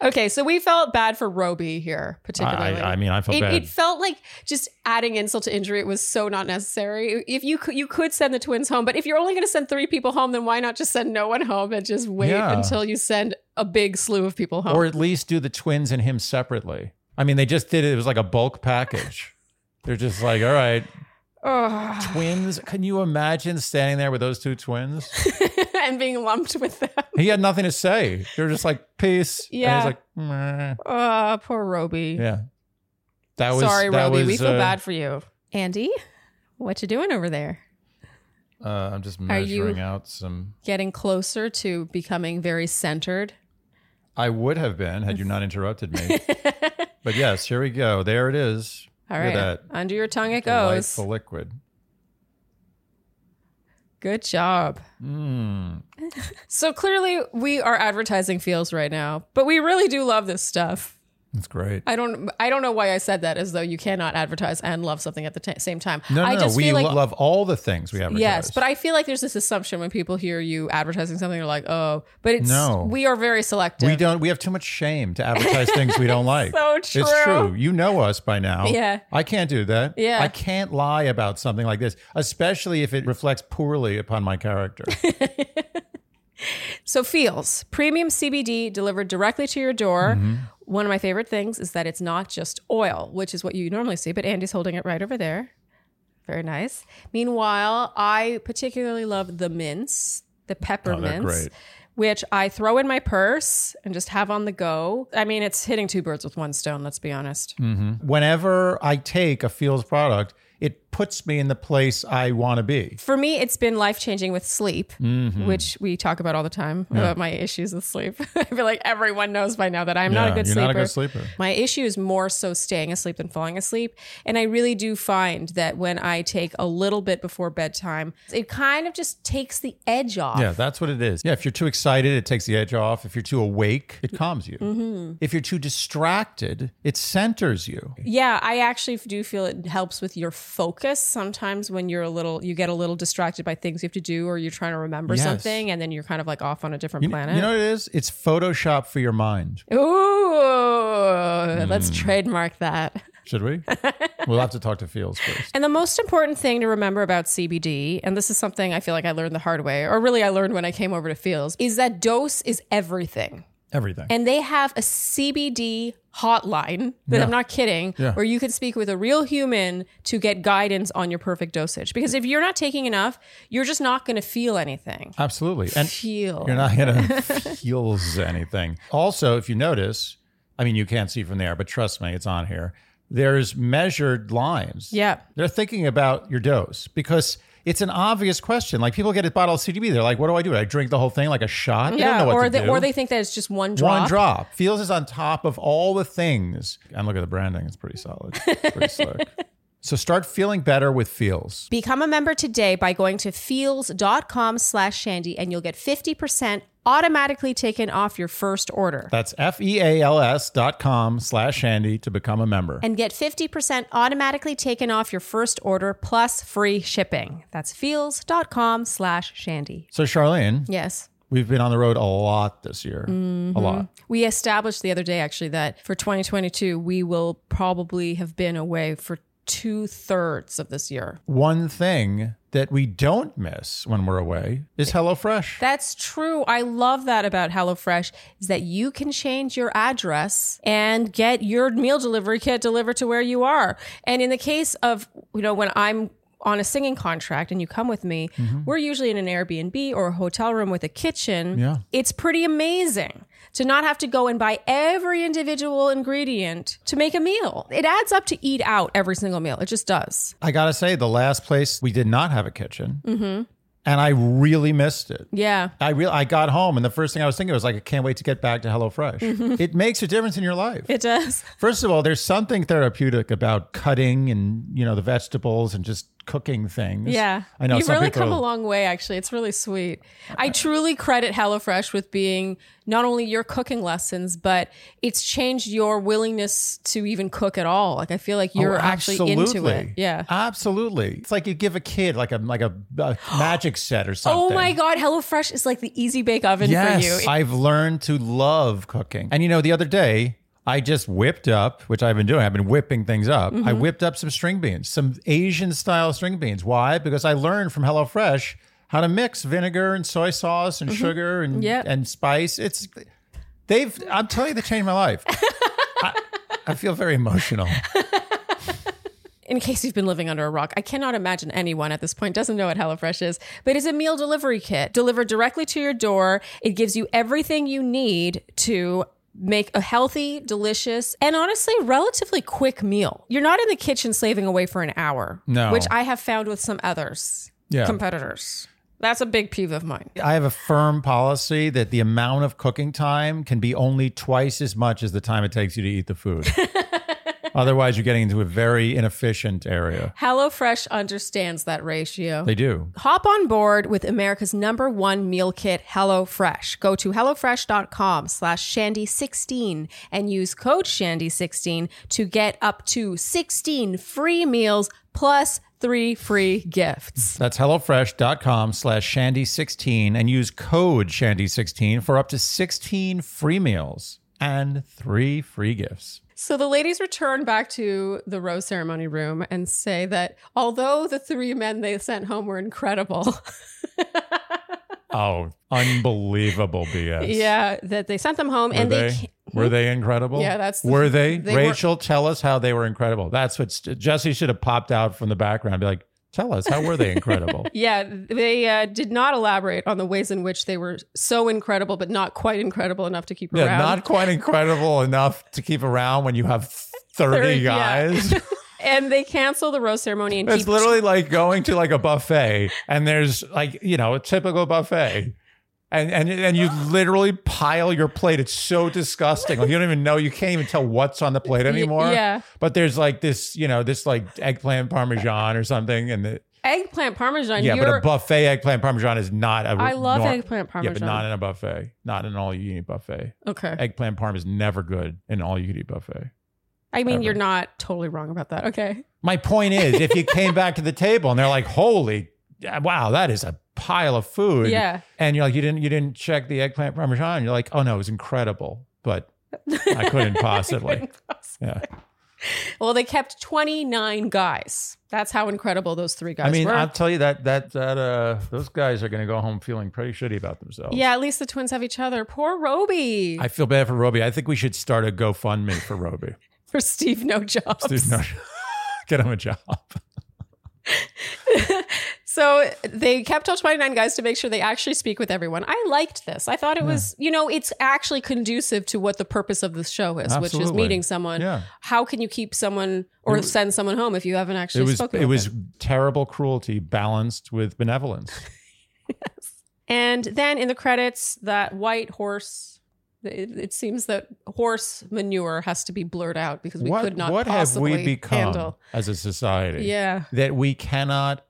Speaker 2: okay, so we felt bad for Roby here
Speaker 1: I,
Speaker 2: particularly.
Speaker 1: I, I mean, I felt
Speaker 2: it,
Speaker 1: bad.
Speaker 2: it felt like just adding insult to injury. It was so not necessary. If you could, you could send the twins home, but if you're only going to send three people home, then why not just send no one home and just wait
Speaker 1: Yeah.
Speaker 2: until you send a big slew of people home?
Speaker 1: or at least do the twins and him separately. I mean, they just did it. It was like a bulk package. They're just like, all right,
Speaker 2: Ugh.
Speaker 1: twins. Can you imagine standing there with those two twins?
Speaker 2: and being lumped with them.
Speaker 1: He had nothing to say. They were just like, peace.
Speaker 2: Yeah.
Speaker 1: And he's like, Meh.
Speaker 2: Oh, poor Roby.
Speaker 1: yeah. That was
Speaker 2: Sorry,
Speaker 1: that
Speaker 2: Roby.
Speaker 1: was,
Speaker 2: we feel
Speaker 1: uh,
Speaker 2: bad for you. Andy, what you doing over there?
Speaker 1: Uh, I'm just
Speaker 2: Are you-
Speaker 3: measuring out some.
Speaker 2: Getting closer to becoming very centered.
Speaker 3: I would have been had you not interrupted me.
Speaker 2: All
Speaker 3: but yes, here we go. There it is. Look
Speaker 2: right.
Speaker 3: at that.
Speaker 2: Under your tongue it goes.
Speaker 3: Delightful liquid.
Speaker 2: Good job.
Speaker 3: Mm.
Speaker 2: So clearly, we are advertising feels right now, but we really do love this stuff.
Speaker 3: That's great.
Speaker 2: I don't, I don't know why I said that, as though you cannot advertise and love something at the t- same time.
Speaker 3: No, no,
Speaker 2: I
Speaker 3: no.
Speaker 2: just
Speaker 3: we
Speaker 2: feel like
Speaker 3: lo- love all the things we advertise.
Speaker 2: yes, but I feel like there's this assumption when people hear you advertising something, they're like, oh, but it's
Speaker 3: No.
Speaker 2: we are very selective.
Speaker 1: We don't. We have too much shame to advertise things we don't like.
Speaker 2: So
Speaker 1: It's
Speaker 2: true.
Speaker 1: true. You know us by now.
Speaker 2: Yeah.
Speaker 1: I can't do that.
Speaker 2: Yeah.
Speaker 1: I can't lie about something like this, especially if it reflects poorly upon my character.
Speaker 2: So feels premium CBD delivered directly to your door.
Speaker 3: Mm-hmm.
Speaker 2: One of my favorite things is that it's not just oil, which is what you normally see, but Andy's holding it right over there. Very nice. Meanwhile, I particularly love the mints, the peppermints,
Speaker 3: Oh, great.
Speaker 2: which I throw in my purse and just have on the go. I mean, it's hitting two birds with one stone, let's be honest.
Speaker 3: Mm.
Speaker 1: Whenever I take a Fields product, it puts me in the place I want to be.
Speaker 2: For me, it's been life changing with sleep,
Speaker 3: Mm-hmm.
Speaker 2: which we talk about all the time about my issues with sleep. I feel like everyone knows by now that I'm not a
Speaker 3: Yeah,
Speaker 2: good
Speaker 3: you're
Speaker 2: sleeper.
Speaker 3: not a good sleeper.
Speaker 2: My issue is more so staying asleep than falling asleep. And I really do find that when I take a little bit before bedtime, it kind of just takes the edge off.
Speaker 1: Yeah, that's what it is. Yeah, if you're too excited, it takes the edge off. If you're too awake, it calms you.
Speaker 2: Mm-hmm.
Speaker 1: If you're too distracted, it centers you.
Speaker 2: Yeah, I actually do feel it helps with your focus sometimes when you're a little, you get a little distracted by things you have to do or you're trying to remember
Speaker 1: Yes.
Speaker 2: something and then you're kind of like off on a different
Speaker 1: You,
Speaker 2: planet.
Speaker 1: you know what it is? It's Photoshop for your mind.
Speaker 2: Ooh, let's
Speaker 1: Hmm.
Speaker 2: trademark that.
Speaker 1: Should we? we'll have to talk to Fields first.
Speaker 2: And the most important thing to remember about CBD, and this is something I feel like I learned the hard way, or really I learned when I came over to Fields, is that dose is everything.
Speaker 1: Everything.
Speaker 2: And they have a CBD hotline that I'm not kidding, where you can speak with a real human to get guidance on your perfect dosage. Because if you're not taking enough, you're just not going to feel anything.
Speaker 1: Absolutely. And
Speaker 2: Feel.
Speaker 1: You're not gonna feels anything. Also, if you notice, I mean, you can't see from there, but trust me, it's on here. There's measured lines.
Speaker 2: Yeah.
Speaker 1: they're thinking about your dose because it's an obvious question. Like people get a bottle of CBD, they're like, "What do I do? Do I drink the whole thing like a shot?" They don't know what
Speaker 2: or
Speaker 1: to
Speaker 2: they,
Speaker 1: do.
Speaker 2: or they think that it's just one drop.
Speaker 1: One drop. Feels is on top of all the things. And look at the branding; it's pretty solid, It's pretty slick. So start feeling better with feels.
Speaker 2: Become a member today by going to feels.com slash shandy and you'll get 50% automatically taken off your first order.
Speaker 1: That's f e a l s dot com slash handy to become a member.
Speaker 2: And get 50% automatically taken off your first order plus free shipping. That's feels.com slash shandy.
Speaker 1: so Charlene,
Speaker 2: Yes.
Speaker 1: We've been on the road a lot this year. A lot.
Speaker 2: We established the other day actually that for 2022, we will probably have been away for two thirds of this year.
Speaker 1: One thing that we don't miss when we're away is HelloFresh.
Speaker 2: That's true. I love that about HelloFresh is that you can change your address and get your meal delivery kit delivered to where you are. And in the case of, you know, when I'm on a singing contract and you come with me, we're usually in an Airbnb or a hotel room with a kitchen.
Speaker 1: Yeah.
Speaker 2: It's pretty amazing to not have to go and buy every individual ingredient to make a meal. It adds up to eat out every single meal. It just does.
Speaker 1: I gotta say, the last place we did not have a kitchen and I really missed it.
Speaker 2: Yeah.
Speaker 1: I real I got home and the first thing I was thinking was like I can't wait to get back to HelloFresh.
Speaker 2: Mm-hmm.
Speaker 1: It makes a difference in your life.
Speaker 2: It does.
Speaker 1: First of all, there's something therapeutic about cutting and you know the vegetables and just cooking things.
Speaker 2: Yeah.
Speaker 1: I know
Speaker 2: You've
Speaker 1: some
Speaker 2: really
Speaker 1: people
Speaker 2: come a long way, actually. It's really sweet. I truly credit HelloFresh with being not only your cooking lessons, but it's changed your willingness to even cook at all. Like, I feel like you're
Speaker 1: Oh,
Speaker 2: actually into it.
Speaker 1: absolutely.
Speaker 2: Yeah.
Speaker 1: absolutely. It's like you give a kid like a like a, a magic set or
Speaker 2: Oh
Speaker 1: something.
Speaker 2: my God. HelloFresh is like the easy bake oven for you.
Speaker 1: I've learned to love cooking. And you know, the other day, I just whipped up, which I've been doing, I've been whipping things up. I whipped up some string beans, some Asian style string beans. Why? Because I learned from HelloFresh how to mix vinegar and soy sauce and sugar and
Speaker 2: Yep.
Speaker 1: and spice. It's they've I'm telling you, they changed my life. I, I feel very emotional.
Speaker 2: in case you've been living under a rock, I cannot imagine anyone at this point doesn't know what HelloFresh is, but it's a meal delivery kit delivered directly to your door. It gives you everything you need to make a healthy, delicious, and honestly, relatively quick meal. You're not in the kitchen slaving away for an hour,
Speaker 1: No.
Speaker 2: which I have found with some others,
Speaker 1: Yeah.
Speaker 2: competitors. That's a big peeve of mine.
Speaker 1: I have a firm policy that the amount of cooking time can be only twice as much as the time it takes you to eat the food. Otherwise, you're getting into a very inefficient area.
Speaker 2: HelloFresh understands that ratio.
Speaker 1: They do.
Speaker 2: Hop on board with America's number one meal kit, HelloFresh. Go to HelloFresh.com slash Shandy16 and use code Shandy16 to get up to 16 free meals plus three free gifts.
Speaker 1: That's HelloFresh.com slash Shandy16 and use code Shandy16 for up to 16 free meals and three free gifts.
Speaker 2: So the ladies return back to the rose ceremony room and say that although the three men they sent home were incredible,
Speaker 1: Oh, unbelievable BS.
Speaker 2: yeah, that they sent them home
Speaker 1: Were
Speaker 2: and
Speaker 1: they,
Speaker 2: they, ca-
Speaker 1: were they incredible?
Speaker 2: Yeah, that's the-
Speaker 1: were they?
Speaker 2: they were-
Speaker 1: Rachel, tell us how they were incredible. That's what st- Jesse should have popped out from the background. And be like, tell us how were they incredible?
Speaker 2: Yeah, they uh, did not elaborate on the ways in which they were so incredible, but not quite incredible enough to keep
Speaker 1: yeah,
Speaker 2: around.
Speaker 1: not quite incredible enough to keep around when you have thirty,
Speaker 2: Thirty, yeah.
Speaker 1: guys.
Speaker 2: and they cancel the rose ceremony and
Speaker 1: it's
Speaker 2: keep
Speaker 1: literally like going to like a buffet, and there's like you know a typical buffet. And, and, and you literally pile your plate. It's so disgusting. Like you don't even know. You can't even tell what's on the plate anymore.
Speaker 2: yeah.
Speaker 1: But there's like this, you know, this like eggplant parmesan or something, and the,
Speaker 2: eggplant parmesan.
Speaker 1: Yeah,
Speaker 2: you're,
Speaker 1: but a buffet eggplant parmesan is not a.
Speaker 2: I love
Speaker 1: nor-
Speaker 2: eggplant parmesan.
Speaker 1: Yeah, but not in a buffet. Not in an all you eat buffet.
Speaker 2: okay.
Speaker 1: Eggplant parm is never good in an all you eat buffet.
Speaker 2: I mean,
Speaker 1: ever.
Speaker 2: you're not totally wrong about that. Okay.
Speaker 1: My point is, if you came back to the table and they're like, "Holy, wow, that is a pile of food,"
Speaker 2: Yeah.
Speaker 1: and you're like, "You didn't, you didn't check the eggplant parmesan," you're like, "Oh no, it was incredible," but I couldn't possibly.
Speaker 2: couldn't possibly.
Speaker 1: yeah,
Speaker 2: Well, they kept 29 guys. That's how incredible those three guys
Speaker 1: I mean,
Speaker 2: were.
Speaker 1: I'll tell you that that that uh, those guys are going to go home feeling pretty shitty about themselves.
Speaker 2: yeah, at least the twins have each other. Poor Roby
Speaker 1: I feel bad for Roby. I think we should start a GoFundMe for Roby.
Speaker 2: for Steve No Jobs.
Speaker 1: Dude, no. Get him a job.
Speaker 2: So they kept all 29 guys to make sure they actually speak with everyone. I liked this. I thought it was, you know, it's actually conducive to what the purpose of this show is, which is
Speaker 1: Absolutely.
Speaker 2: meeting someone.
Speaker 1: Yeah.
Speaker 2: How can you keep someone or send someone home if you haven't actually
Speaker 1: it was
Speaker 2: spoken?
Speaker 1: it
Speaker 2: with
Speaker 1: was
Speaker 2: them?
Speaker 1: terrible cruelty balanced with benevolence.
Speaker 2: And then in the credits, that white horse. It, it seems that horse manure has to be blurred out because we
Speaker 1: what
Speaker 2: could not.
Speaker 1: what have
Speaker 2: possibly
Speaker 1: we become
Speaker 2: Handle.
Speaker 1: as a society
Speaker 2: Yeah,
Speaker 1: that we cannot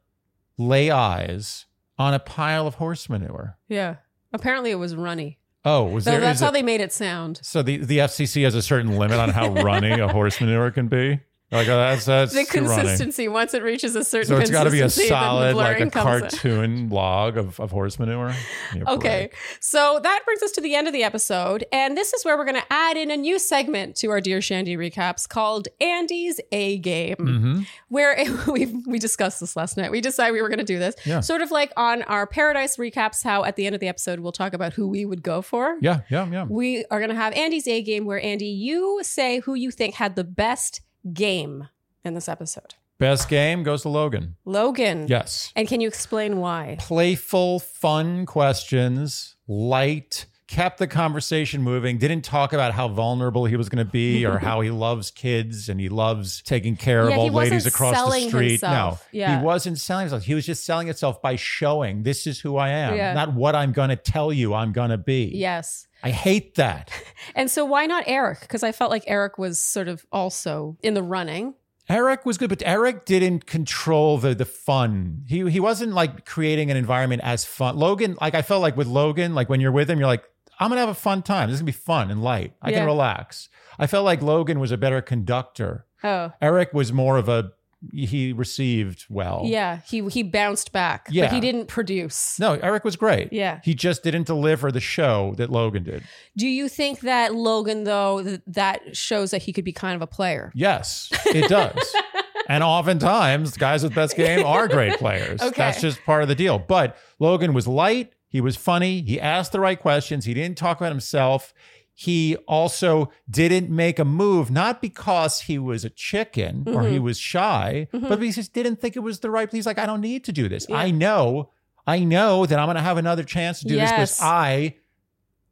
Speaker 1: lay eyes on a pile of horse manure?
Speaker 2: yeah. Apparently, it was runny.
Speaker 1: Oh, was
Speaker 2: So
Speaker 1: there?
Speaker 2: that's
Speaker 1: is
Speaker 2: how
Speaker 1: it-
Speaker 2: they made it sound.
Speaker 1: so the, the FCC has a certain limit on how runny a horse manure can be. Like oh, that's that's
Speaker 2: the
Speaker 1: too runny.
Speaker 2: consistency once it reaches a certain
Speaker 1: So it's got to be a
Speaker 2: consistency, then the
Speaker 1: solid, like
Speaker 2: blurring
Speaker 1: a
Speaker 2: comes in.
Speaker 1: cartoon log of, of horse manure. You're
Speaker 2: Okay, so that brings us to the end of the episode, and this is where we're going to add in a new segment to our Dear Shandy recaps called Andy's A Game,
Speaker 1: Mhm.
Speaker 2: where we we discussed this last night. We decided we were going to do this,
Speaker 1: Yeah.
Speaker 2: sort of like on our Paradise recaps. How at the end of the episode we'll talk about who we would go for.
Speaker 1: Yeah, yeah, yeah.
Speaker 2: We are going to have Andy's A Game, where Andy, you say who you think had the best game in this episode.
Speaker 1: Best game goes to Logan.
Speaker 2: Logan.
Speaker 1: Yes.
Speaker 2: And can you explain why?
Speaker 1: Playful, fun questions, light, kept the conversation moving, didn't talk about how vulnerable he was going to be or how he loves kids and he loves taking care
Speaker 2: Yeah,
Speaker 1: of
Speaker 2: he
Speaker 1: old ladies
Speaker 2: wasn't
Speaker 1: across the
Speaker 2: selling
Speaker 1: street.
Speaker 2: himself.
Speaker 1: No,
Speaker 2: Yeah.
Speaker 1: he wasn't selling himself. He was just selling himself by showing this is who I am,
Speaker 2: Yeah.
Speaker 1: not what I'm going to tell you I'm going to be.
Speaker 2: Yes.
Speaker 1: I hate that.
Speaker 2: And so why not Eric? Because I felt like Eric was sort of also in the running.
Speaker 1: Eric was good, but Eric didn't control the the fun. He he wasn't like creating an environment as fun. Logan, like I felt like with Logan, like when you're with him, you're like, I'm gonna have a fun time. This is gonna be fun and light. I
Speaker 2: Yeah.
Speaker 1: can relax. I felt like Logan was a better conductor.
Speaker 2: Oh.
Speaker 1: Eric was more of a he received well.
Speaker 2: Oh. Yeah. He he bounced back.
Speaker 1: Yeah.
Speaker 2: But he didn't produce.
Speaker 1: No, Eric was great.
Speaker 2: Yeah.
Speaker 1: He just didn't deliver the show that Logan did.
Speaker 2: Do you think that Logan though th- that shows that he could be kind of a player?
Speaker 1: Yes, it does. and oftentimes, guys with best game are great players.
Speaker 2: Okay.
Speaker 1: That's just part of the deal. But Logan was light. He was funny. He asked the right questions. He didn't talk about himself. He also didn't make a move, not because he was a chicken or
Speaker 2: Mm-hmm.
Speaker 1: he was shy, but because he just didn't think it was the right. He's like, I don't need to do this.
Speaker 2: Yeah.
Speaker 1: I know, I know that I'm going to have another chance to do this
Speaker 2: Yes.
Speaker 1: because I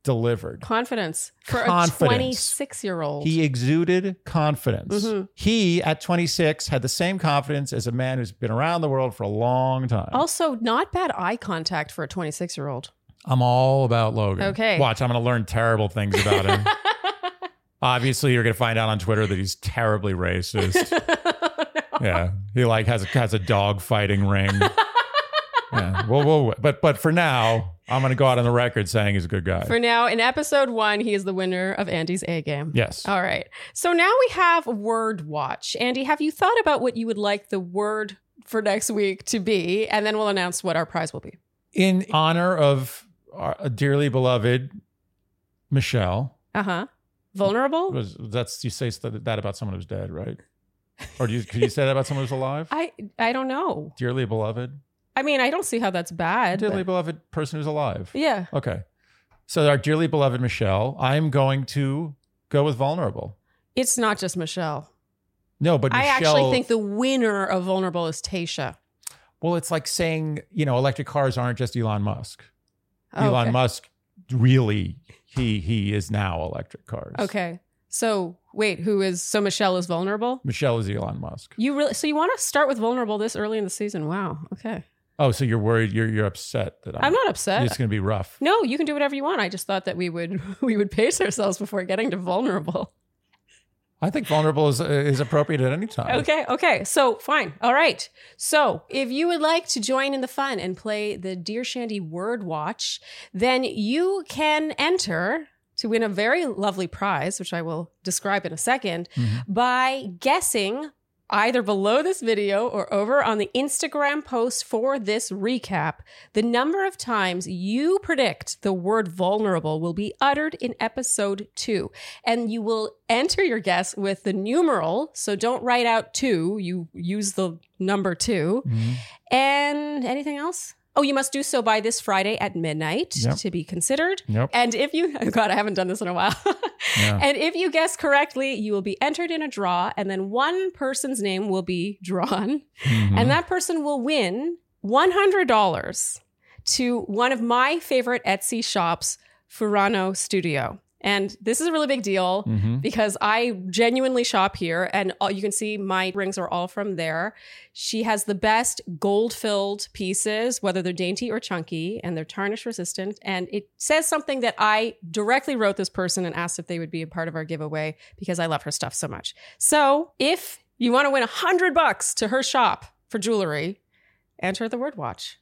Speaker 1: delivered.
Speaker 2: Confidence for a
Speaker 1: Confidence.
Speaker 2: 26 year old.
Speaker 1: He exuded confidence.
Speaker 2: Mhm.
Speaker 1: He, at 26, had the same confidence as a man who's been around the world for a long time.
Speaker 2: also, not bad eye contact for a 26 year old.
Speaker 1: I'm all about Logan.
Speaker 2: Okay.
Speaker 1: Watch, I'm going to learn terrible things about him. Obviously, you're going to find out on Twitter that he's terribly racist. yeah. He like has a, has a dog fighting ring. yeah. Well, well, but but for now, I'm going to go out on the record saying he's a good guy.
Speaker 2: For now, in episode one, he is the winner of Andy's A game.
Speaker 1: yes.
Speaker 2: All right. So now we have Word Watch. Andy, have you thought about what you would like the word for next week to be? And then we'll announce what our prize will be.
Speaker 1: In honor of our dearly beloved Michelle,
Speaker 2: Uh huh. Vulnerable?
Speaker 1: was that's you say st- that about someone who's dead, right? Or do you could you say that about someone who's alive?
Speaker 2: I I don't know.
Speaker 1: dearly beloved,
Speaker 2: I mean, I don't see how that's bad.
Speaker 1: dearly
Speaker 2: but-
Speaker 1: beloved person who's alive.
Speaker 2: Yeah.
Speaker 1: Okay, so our dearly beloved Michelle, I'm going to go with vulnerable.
Speaker 2: It's not just Michelle.
Speaker 1: No, but
Speaker 2: I
Speaker 1: Michelle,
Speaker 2: actually think the winner of Vulnerable is Tasha.
Speaker 1: well, it's like saying you know electric cars aren't just Elon Musk. Elon
Speaker 2: Oh, okay.
Speaker 1: Musk really he he is now electric cars.
Speaker 2: Okay. So wait, who is so Michelle is vulnerable?
Speaker 1: Michelle is Elon Musk.
Speaker 2: You really so you want to start with vulnerable this early in the season? Wow. Okay.
Speaker 1: Oh, so you're worried? You're you're upset that I'm,
Speaker 2: I'm not upset.
Speaker 1: It's going to be rough.
Speaker 2: No, you can do whatever you want. I just thought that we would we would pace ourselves before getting to vulnerable.
Speaker 1: I think vulnerable is is appropriate at any time.
Speaker 2: Okay, okay. So fine. All right. So if you would like to join in the fun and play the Dear Shandy Word Watch, then you can enter to win a very lovely prize, which I will describe in a 2nd
Speaker 1: Mhm.
Speaker 2: by guessing either below this video or over on the Instagram post for this recap the number of times you predict the word vulnerable will be uttered in episode two. And you will enter your guess with the numeral. So don't write out two, you use the number two.
Speaker 1: Mhm.
Speaker 2: And anything else? Oh, you must do so by this Friday at midnight
Speaker 1: Yep.
Speaker 2: to be considered.
Speaker 1: Yep.
Speaker 2: And if you, oh God, I haven't done this in a while.
Speaker 1: Yeah.
Speaker 2: And if you guess correctly, you will be entered in a draw, and then one person's name will be drawn,
Speaker 1: Mhm.
Speaker 2: and that person will win $100 to one of my favorite Etsy shops, Furano Studio. And this is a really big deal
Speaker 1: Mhm.
Speaker 2: because I genuinely shop here, and all, you can see my rings are all from there. She has the best gold filled pieces, whether they're dainty or chunky, and they're tarnish resistant. And it says something that I directly wrote this person and asked if they would be a part of our giveaway because I love her stuff so much. So if you want to win a hundred bucks to her shop for jewelry, enter the word watch.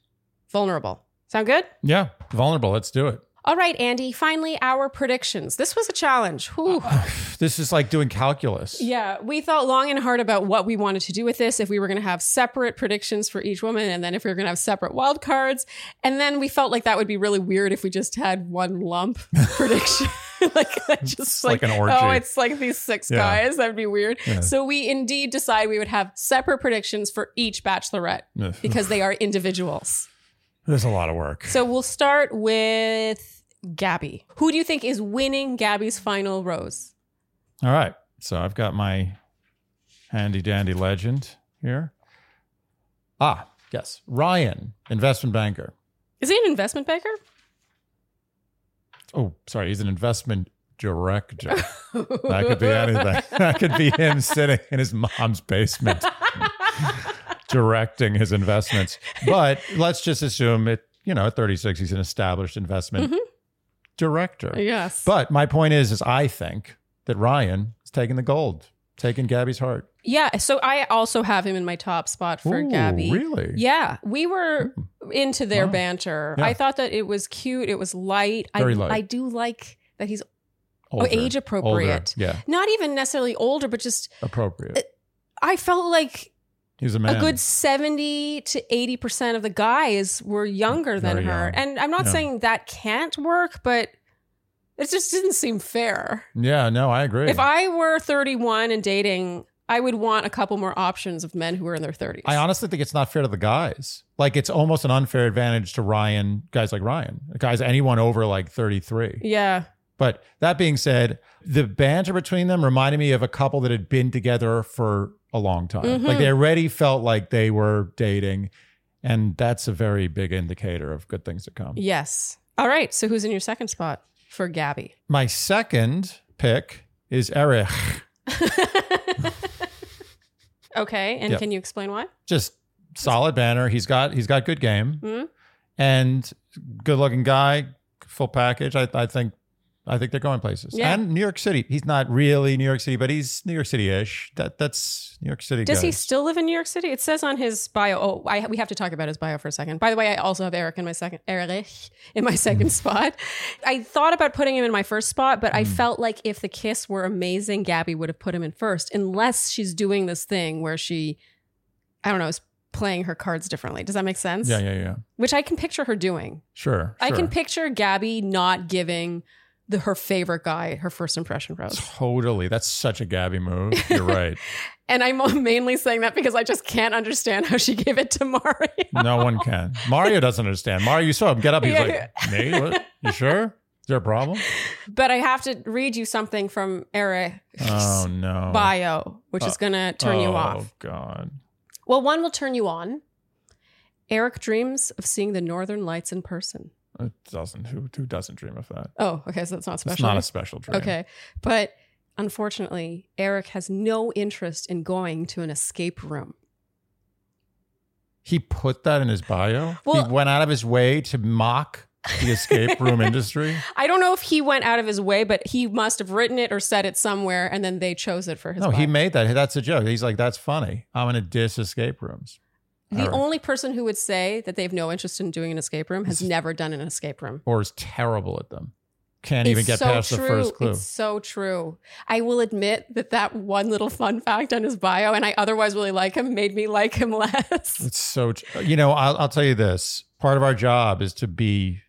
Speaker 2: Vulnerable. Sound good?
Speaker 1: Yeah, vulnerable. Let's do it.
Speaker 2: All right, Andy. Finally, our predictions. This was a challenge. Whew.
Speaker 1: This is like doing calculus.
Speaker 2: Yeah, we thought long and hard about what we wanted to do with this, if we were going to have separate predictions for each woman, and then if we were going to have separate wild cards. And then we felt like that would be really weird if we just had one lump prediction. like, that just
Speaker 1: It's
Speaker 2: like,
Speaker 1: like an orgy.
Speaker 2: oh, it's like these six
Speaker 1: Yeah.
Speaker 2: guys. That would be weird.
Speaker 1: Yeah.
Speaker 2: So we indeed decide we would have separate predictions for each bachelorette
Speaker 1: Ugh.
Speaker 2: because they are individuals.
Speaker 1: There's a lot of work.
Speaker 2: So we'll start with Gabby. Who do you think is winning Gabby's final rose?
Speaker 1: All right. So I've got my handy dandy legend here. Ah, yes. Ryan, investment banker.
Speaker 2: Is he an investment banker?
Speaker 1: oh, sorry, he's an investment director. That could be anything. That could be him sitting in his mom's basement directing his investments. But let's just assume it, you know, at 36, he's an established investment director.
Speaker 2: Mm-hmm. yes.
Speaker 1: But my point is, is I think that Ryan is taking the gold, taking Gabby's heart.
Speaker 2: yeah. So I also have him in my top spot for
Speaker 1: Ooh,
Speaker 2: Gabby.
Speaker 1: Really? Hmm.
Speaker 2: Yeah, we were into their
Speaker 1: Wow.
Speaker 2: banter.
Speaker 1: Yeah.
Speaker 2: I thought that it was cute. It was light.
Speaker 1: Very
Speaker 2: I,
Speaker 1: light.
Speaker 2: I do like that he's
Speaker 1: Older.
Speaker 2: Oh, age
Speaker 1: Older.
Speaker 2: appropriate.
Speaker 1: Yeah,
Speaker 2: Not even necessarily older, but just
Speaker 1: appropriate.
Speaker 2: I felt like
Speaker 1: He's a man.
Speaker 2: a good 70 to 80% of the guys were younger than
Speaker 1: Very
Speaker 2: her.
Speaker 1: young.
Speaker 2: And I'm not
Speaker 1: Yeah.
Speaker 2: saying that can't work, but it just didn't seem fair.
Speaker 1: yeah, no, I agree.
Speaker 2: If I were 31 and dating, I would want a couple more options of men who are in their 30s.
Speaker 1: I honestly think it's not fair to the guys. Like it's almost an unfair advantage to Ryan, guys like Ryan, guys anyone over like 33.
Speaker 2: yeah.
Speaker 1: But that being said, the banter between them reminded me of a couple that had been together for a long time.
Speaker 2: Mhm.
Speaker 1: Like they already felt like they were dating, and that's a very big indicator of good things to come.
Speaker 2: Yes. All right. So who's in your second spot for Gabby?
Speaker 1: My second pick is Erich.
Speaker 2: okay, and
Speaker 1: Yeah.
Speaker 2: can you explain why?
Speaker 1: Just solid banner. He's got he's got good game.
Speaker 2: Mhm.
Speaker 1: and good looking guy, full package. I, I think I think they're going places.
Speaker 2: Yeah.
Speaker 1: And New York City. He's not really New York City, but he's New York City ish. That that's New York City.
Speaker 2: Does
Speaker 1: guy.
Speaker 2: he still live in New York City? It says on his bio. Oh, I, we have to talk about his bio for a second. By the way, I also have Eric in my second Erich in my
Speaker 1: Mm.
Speaker 2: second spot. I thought about putting him in my first spot, but I felt like if the kiss were amazing, Gabby would have put him in first, unless she's doing this thing where she, I don't know, is playing her cards differently. Does that make sense?
Speaker 1: Yeah, yeah, yeah.
Speaker 2: Which I can picture her doing.
Speaker 1: Sure.
Speaker 2: I can
Speaker 1: sure.
Speaker 2: picture Gabby not giving the her favorite guy her first impression rose.
Speaker 1: Totally. That's such a Gabby move. You're right.
Speaker 2: And I'm mainly saying that because I just can't understand how she gave it to Mario.
Speaker 1: No one can. Mario doesn't understand. Mario, you saw him get up. He's
Speaker 2: Yeah.
Speaker 1: like, me? What? You sure? Is there a problem?
Speaker 2: But I have to read you something from Eric's
Speaker 1: Oh no.
Speaker 2: bio, which is going to turn you
Speaker 1: Oh,
Speaker 2: off.
Speaker 1: God.
Speaker 2: Well, one will turn you on. Eric dreams of seeing the northern lights in person.
Speaker 1: It doesn't. Who who doesn't dream of that?
Speaker 2: Oh, okay. So that's not
Speaker 1: It's
Speaker 2: special.
Speaker 1: not a special dream.
Speaker 2: okay. But unfortunately, Eric has no interest in going to an escape room.
Speaker 1: He put that in his bio.
Speaker 2: Well-
Speaker 1: he went out of his way to mock the escape room industry.
Speaker 2: I don't know if he went out of his way, but he must have written it or said it somewhere, and then they chose it for his.
Speaker 1: No, he
Speaker 2: bio.
Speaker 1: made that. That's a joke. He's like, that's funny. I'm gonna diss escape rooms.
Speaker 2: the
Speaker 1: Or-
Speaker 2: only person who would say that they have no interest in doing an escape room has never done an escape room.
Speaker 1: or is terrible at them. Can't even
Speaker 2: It's
Speaker 1: get
Speaker 2: so
Speaker 1: past
Speaker 2: true.
Speaker 1: the first clue.
Speaker 2: It's so true. I will admit that that one little fun fact on his bio, and I otherwise really like him, made me like him less.
Speaker 1: It's so, tr- you know, I'll, I'll tell you this part of our job is to be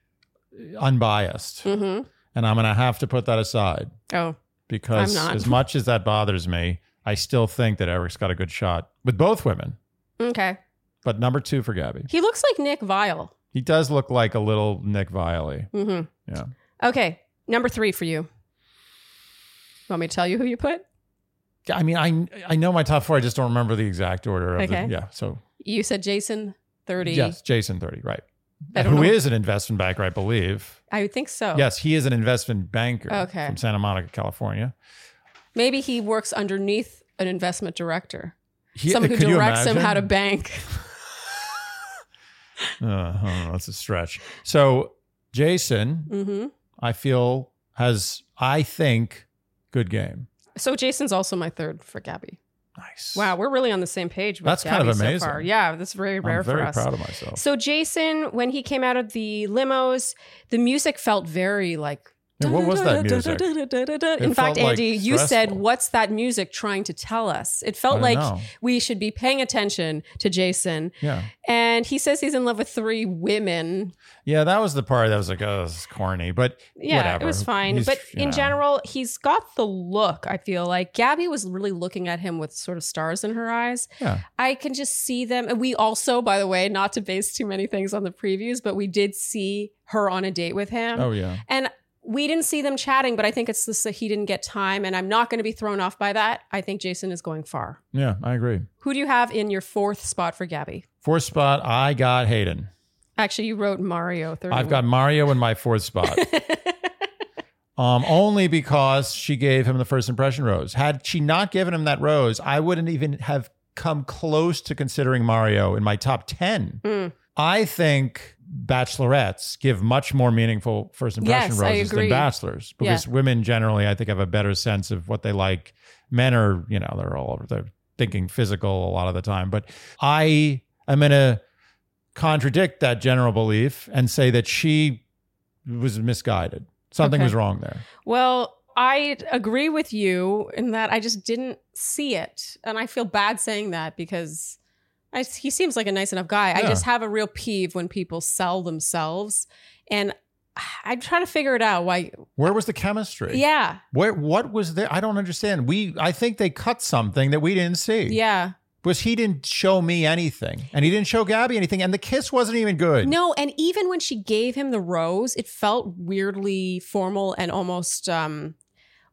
Speaker 1: unbiased.
Speaker 2: hmm
Speaker 1: And I'm going to have to put that aside
Speaker 2: Oh,
Speaker 1: because
Speaker 2: I'm not.
Speaker 1: as much as that bothers me, I still think that Eric's got a good shot with both women.
Speaker 2: okay.
Speaker 1: But number two for Gabby.
Speaker 2: He looks like Nick Vile.
Speaker 1: He does look like a little Nick Viley.
Speaker 2: hmm
Speaker 1: Yeah.
Speaker 2: Okay. Number three for you. Want me to tell you who you put?
Speaker 1: I mean, I I know my top four. I just don't remember the exact order. Of
Speaker 2: Okay.
Speaker 1: The, yeah. So
Speaker 2: You said Jason thirty.
Speaker 1: yes, Jason thirty, right?
Speaker 2: I
Speaker 1: Who is
Speaker 2: don't know.
Speaker 1: an investment banker, I believe.
Speaker 2: I would think so.
Speaker 1: Yes, he is an investment banker
Speaker 2: Okay.
Speaker 1: from Santa Monica, California.
Speaker 2: Maybe he works underneath an investment director,
Speaker 1: He,
Speaker 2: someone who
Speaker 1: could you
Speaker 2: directs him how to
Speaker 1: imagine?
Speaker 2: bank.
Speaker 1: Uh, I don't know, that's a stretch. So Jason,
Speaker 2: hmm
Speaker 1: I feel has I think good game.
Speaker 2: So Jason's also my third for Gabby.
Speaker 1: Nice.
Speaker 2: Wow, we're really on the same page. With
Speaker 1: That's kind of
Speaker 2: Gabby
Speaker 1: amazing.
Speaker 2: So far. Yeah, that's very
Speaker 1: I'm
Speaker 2: rare
Speaker 1: very
Speaker 2: for us.
Speaker 1: proud of myself.
Speaker 2: So Jason, when he came out of the limos, the music felt very like.
Speaker 1: Yeah, what was that music?
Speaker 2: In
Speaker 1: It
Speaker 2: fact,
Speaker 1: felt, like,
Speaker 2: Andy, you said,
Speaker 1: stressful.
Speaker 2: "What's that music trying to tell us?" It
Speaker 1: I
Speaker 2: felt
Speaker 1: don't
Speaker 2: like
Speaker 1: know.
Speaker 2: we should be paying attention to Jason,
Speaker 1: yeah,
Speaker 2: and he says he's in love with three women.
Speaker 1: yeah, that was the part that was like, oh, this is corny, but
Speaker 2: Yeah,
Speaker 1: Whatever.
Speaker 2: it was fine.
Speaker 1: He's-
Speaker 2: but
Speaker 1: you
Speaker 2: in
Speaker 1: know.
Speaker 2: general, he's got the look, I feel like. Gabby was really looking at him with sort of stars in her eyes.
Speaker 1: Yeah.
Speaker 2: I can just see them. And we also, by the way, not to base too many things on the previews, but we did see her on a date with him.
Speaker 1: oh yeah,
Speaker 2: And we didn't see them chatting, but I think it's just that he didn't get time. And I'm not going to be thrown off by that. I think Jason is going far.
Speaker 1: yeah, I agree.
Speaker 2: Who do you have in your fourth spot for Gabby?
Speaker 1: Fourth spot, I got Hayden.
Speaker 2: Actually, you wrote Mario 30.
Speaker 1: I've got Mario in my fourth spot. um, only because she gave him the first impression rose. Had she not given him that rose, I wouldn't even have come close to considering Mario in my top 10.
Speaker 2: Mm.
Speaker 1: I think bachelorettes give much more meaningful first impression
Speaker 2: Yes, I
Speaker 1: roses than
Speaker 2: agree.
Speaker 1: bachelors because women generally, I think, have a better sense of what they like. Men are, you know, they're all over, they're thinking physical a lot of the time. But I am going to contradict that general belief and say that she was misguided. Something
Speaker 2: Okay.
Speaker 1: was wrong there.
Speaker 2: Well, I agree with you in that I just didn't see it. And I feel bad saying that because I, he seems like a nice enough guy. I
Speaker 1: Yeah.
Speaker 2: just have a real peeve when people sell themselves. And I'm trying to figure it out why.
Speaker 1: Where was the chemistry?
Speaker 2: Yeah.
Speaker 1: Where what was there? I don't understand. We I think they cut something that we didn't see.
Speaker 2: Yeah.
Speaker 1: Was he didn't show me anything. And he didn't show Gabby anything. And the kiss wasn't even good.
Speaker 2: No. And even when she gave him the rose, it felt weirdly formal and almost um,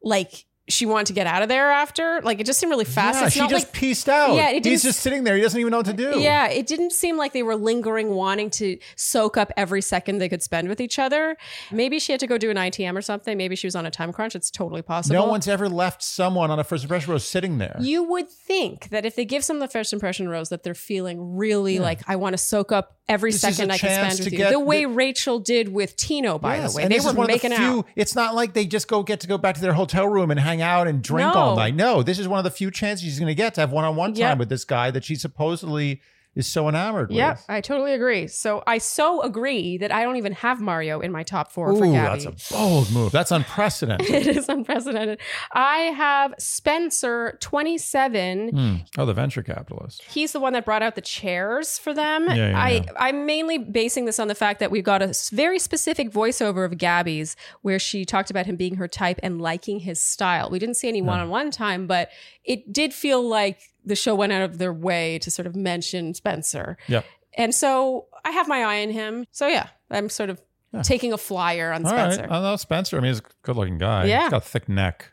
Speaker 2: like she wanted to get out of there after. Like it just seemed really fast.
Speaker 1: Yeah,
Speaker 2: it's
Speaker 1: she
Speaker 2: not
Speaker 1: just
Speaker 2: like
Speaker 1: pieced out.
Speaker 2: Yeah, it didn't-
Speaker 1: He's just sitting there. He doesn't even know what to do.
Speaker 2: Yeah, it didn't seem like they were lingering, wanting to soak up every second they could spend with each other. Maybe she had to go do an ITM or something. Maybe she was on a time crunch. It's totally possible.
Speaker 1: No one's ever left someone on a first impression row sitting there.
Speaker 2: You would think that if they give someone the first impression rose, that they're feeling really like I want to soak up every
Speaker 1: This is a
Speaker 2: second I can
Speaker 1: chance
Speaker 2: spend
Speaker 1: to
Speaker 2: with you.
Speaker 1: get
Speaker 2: The way
Speaker 1: the-
Speaker 2: Rachel did with Tino, by
Speaker 1: Yes,
Speaker 2: the way,
Speaker 1: and
Speaker 2: they
Speaker 1: this
Speaker 2: were
Speaker 1: is one
Speaker 2: making
Speaker 1: of the few,
Speaker 2: out.
Speaker 1: It's not like they just go get to go back to their hotel room and hang out and drink all
Speaker 2: No.
Speaker 1: night. No, this is one of the few chances she's going to get to have one-on-one time
Speaker 2: Yep.
Speaker 1: with this guy that she supposedly is so enamored
Speaker 2: Yeah,
Speaker 1: with.
Speaker 2: I totally agree. So I so agree that I don't even have Mario in my top four for
Speaker 1: Ooh,
Speaker 2: Gabby.
Speaker 1: that's a bold move. That's unprecedented.
Speaker 2: it is unprecedented. I have Spencer, 27.
Speaker 1: Hmm. Oh, the venture capitalist.
Speaker 2: He's the one that brought out the chairs for them.
Speaker 1: Yeah, yeah,
Speaker 2: I,
Speaker 1: yeah.
Speaker 2: I'm mainly basing this on the fact that we got a s- very specific voiceover of Gabby's where she talked about him being her type and liking his style. We didn't see any one on one time, but it did feel like the show went out of their way to sort of mention Spencer.
Speaker 1: Yep.
Speaker 2: And so I have my eye on him. So yeah, I'm sort of
Speaker 1: Yeah.
Speaker 2: taking a flyer on
Speaker 1: All right. Uh,
Speaker 2: Spencer.
Speaker 1: I know Spencer. I mean, he's a good looking guy.
Speaker 2: Yeah.
Speaker 1: He's got a thick neck.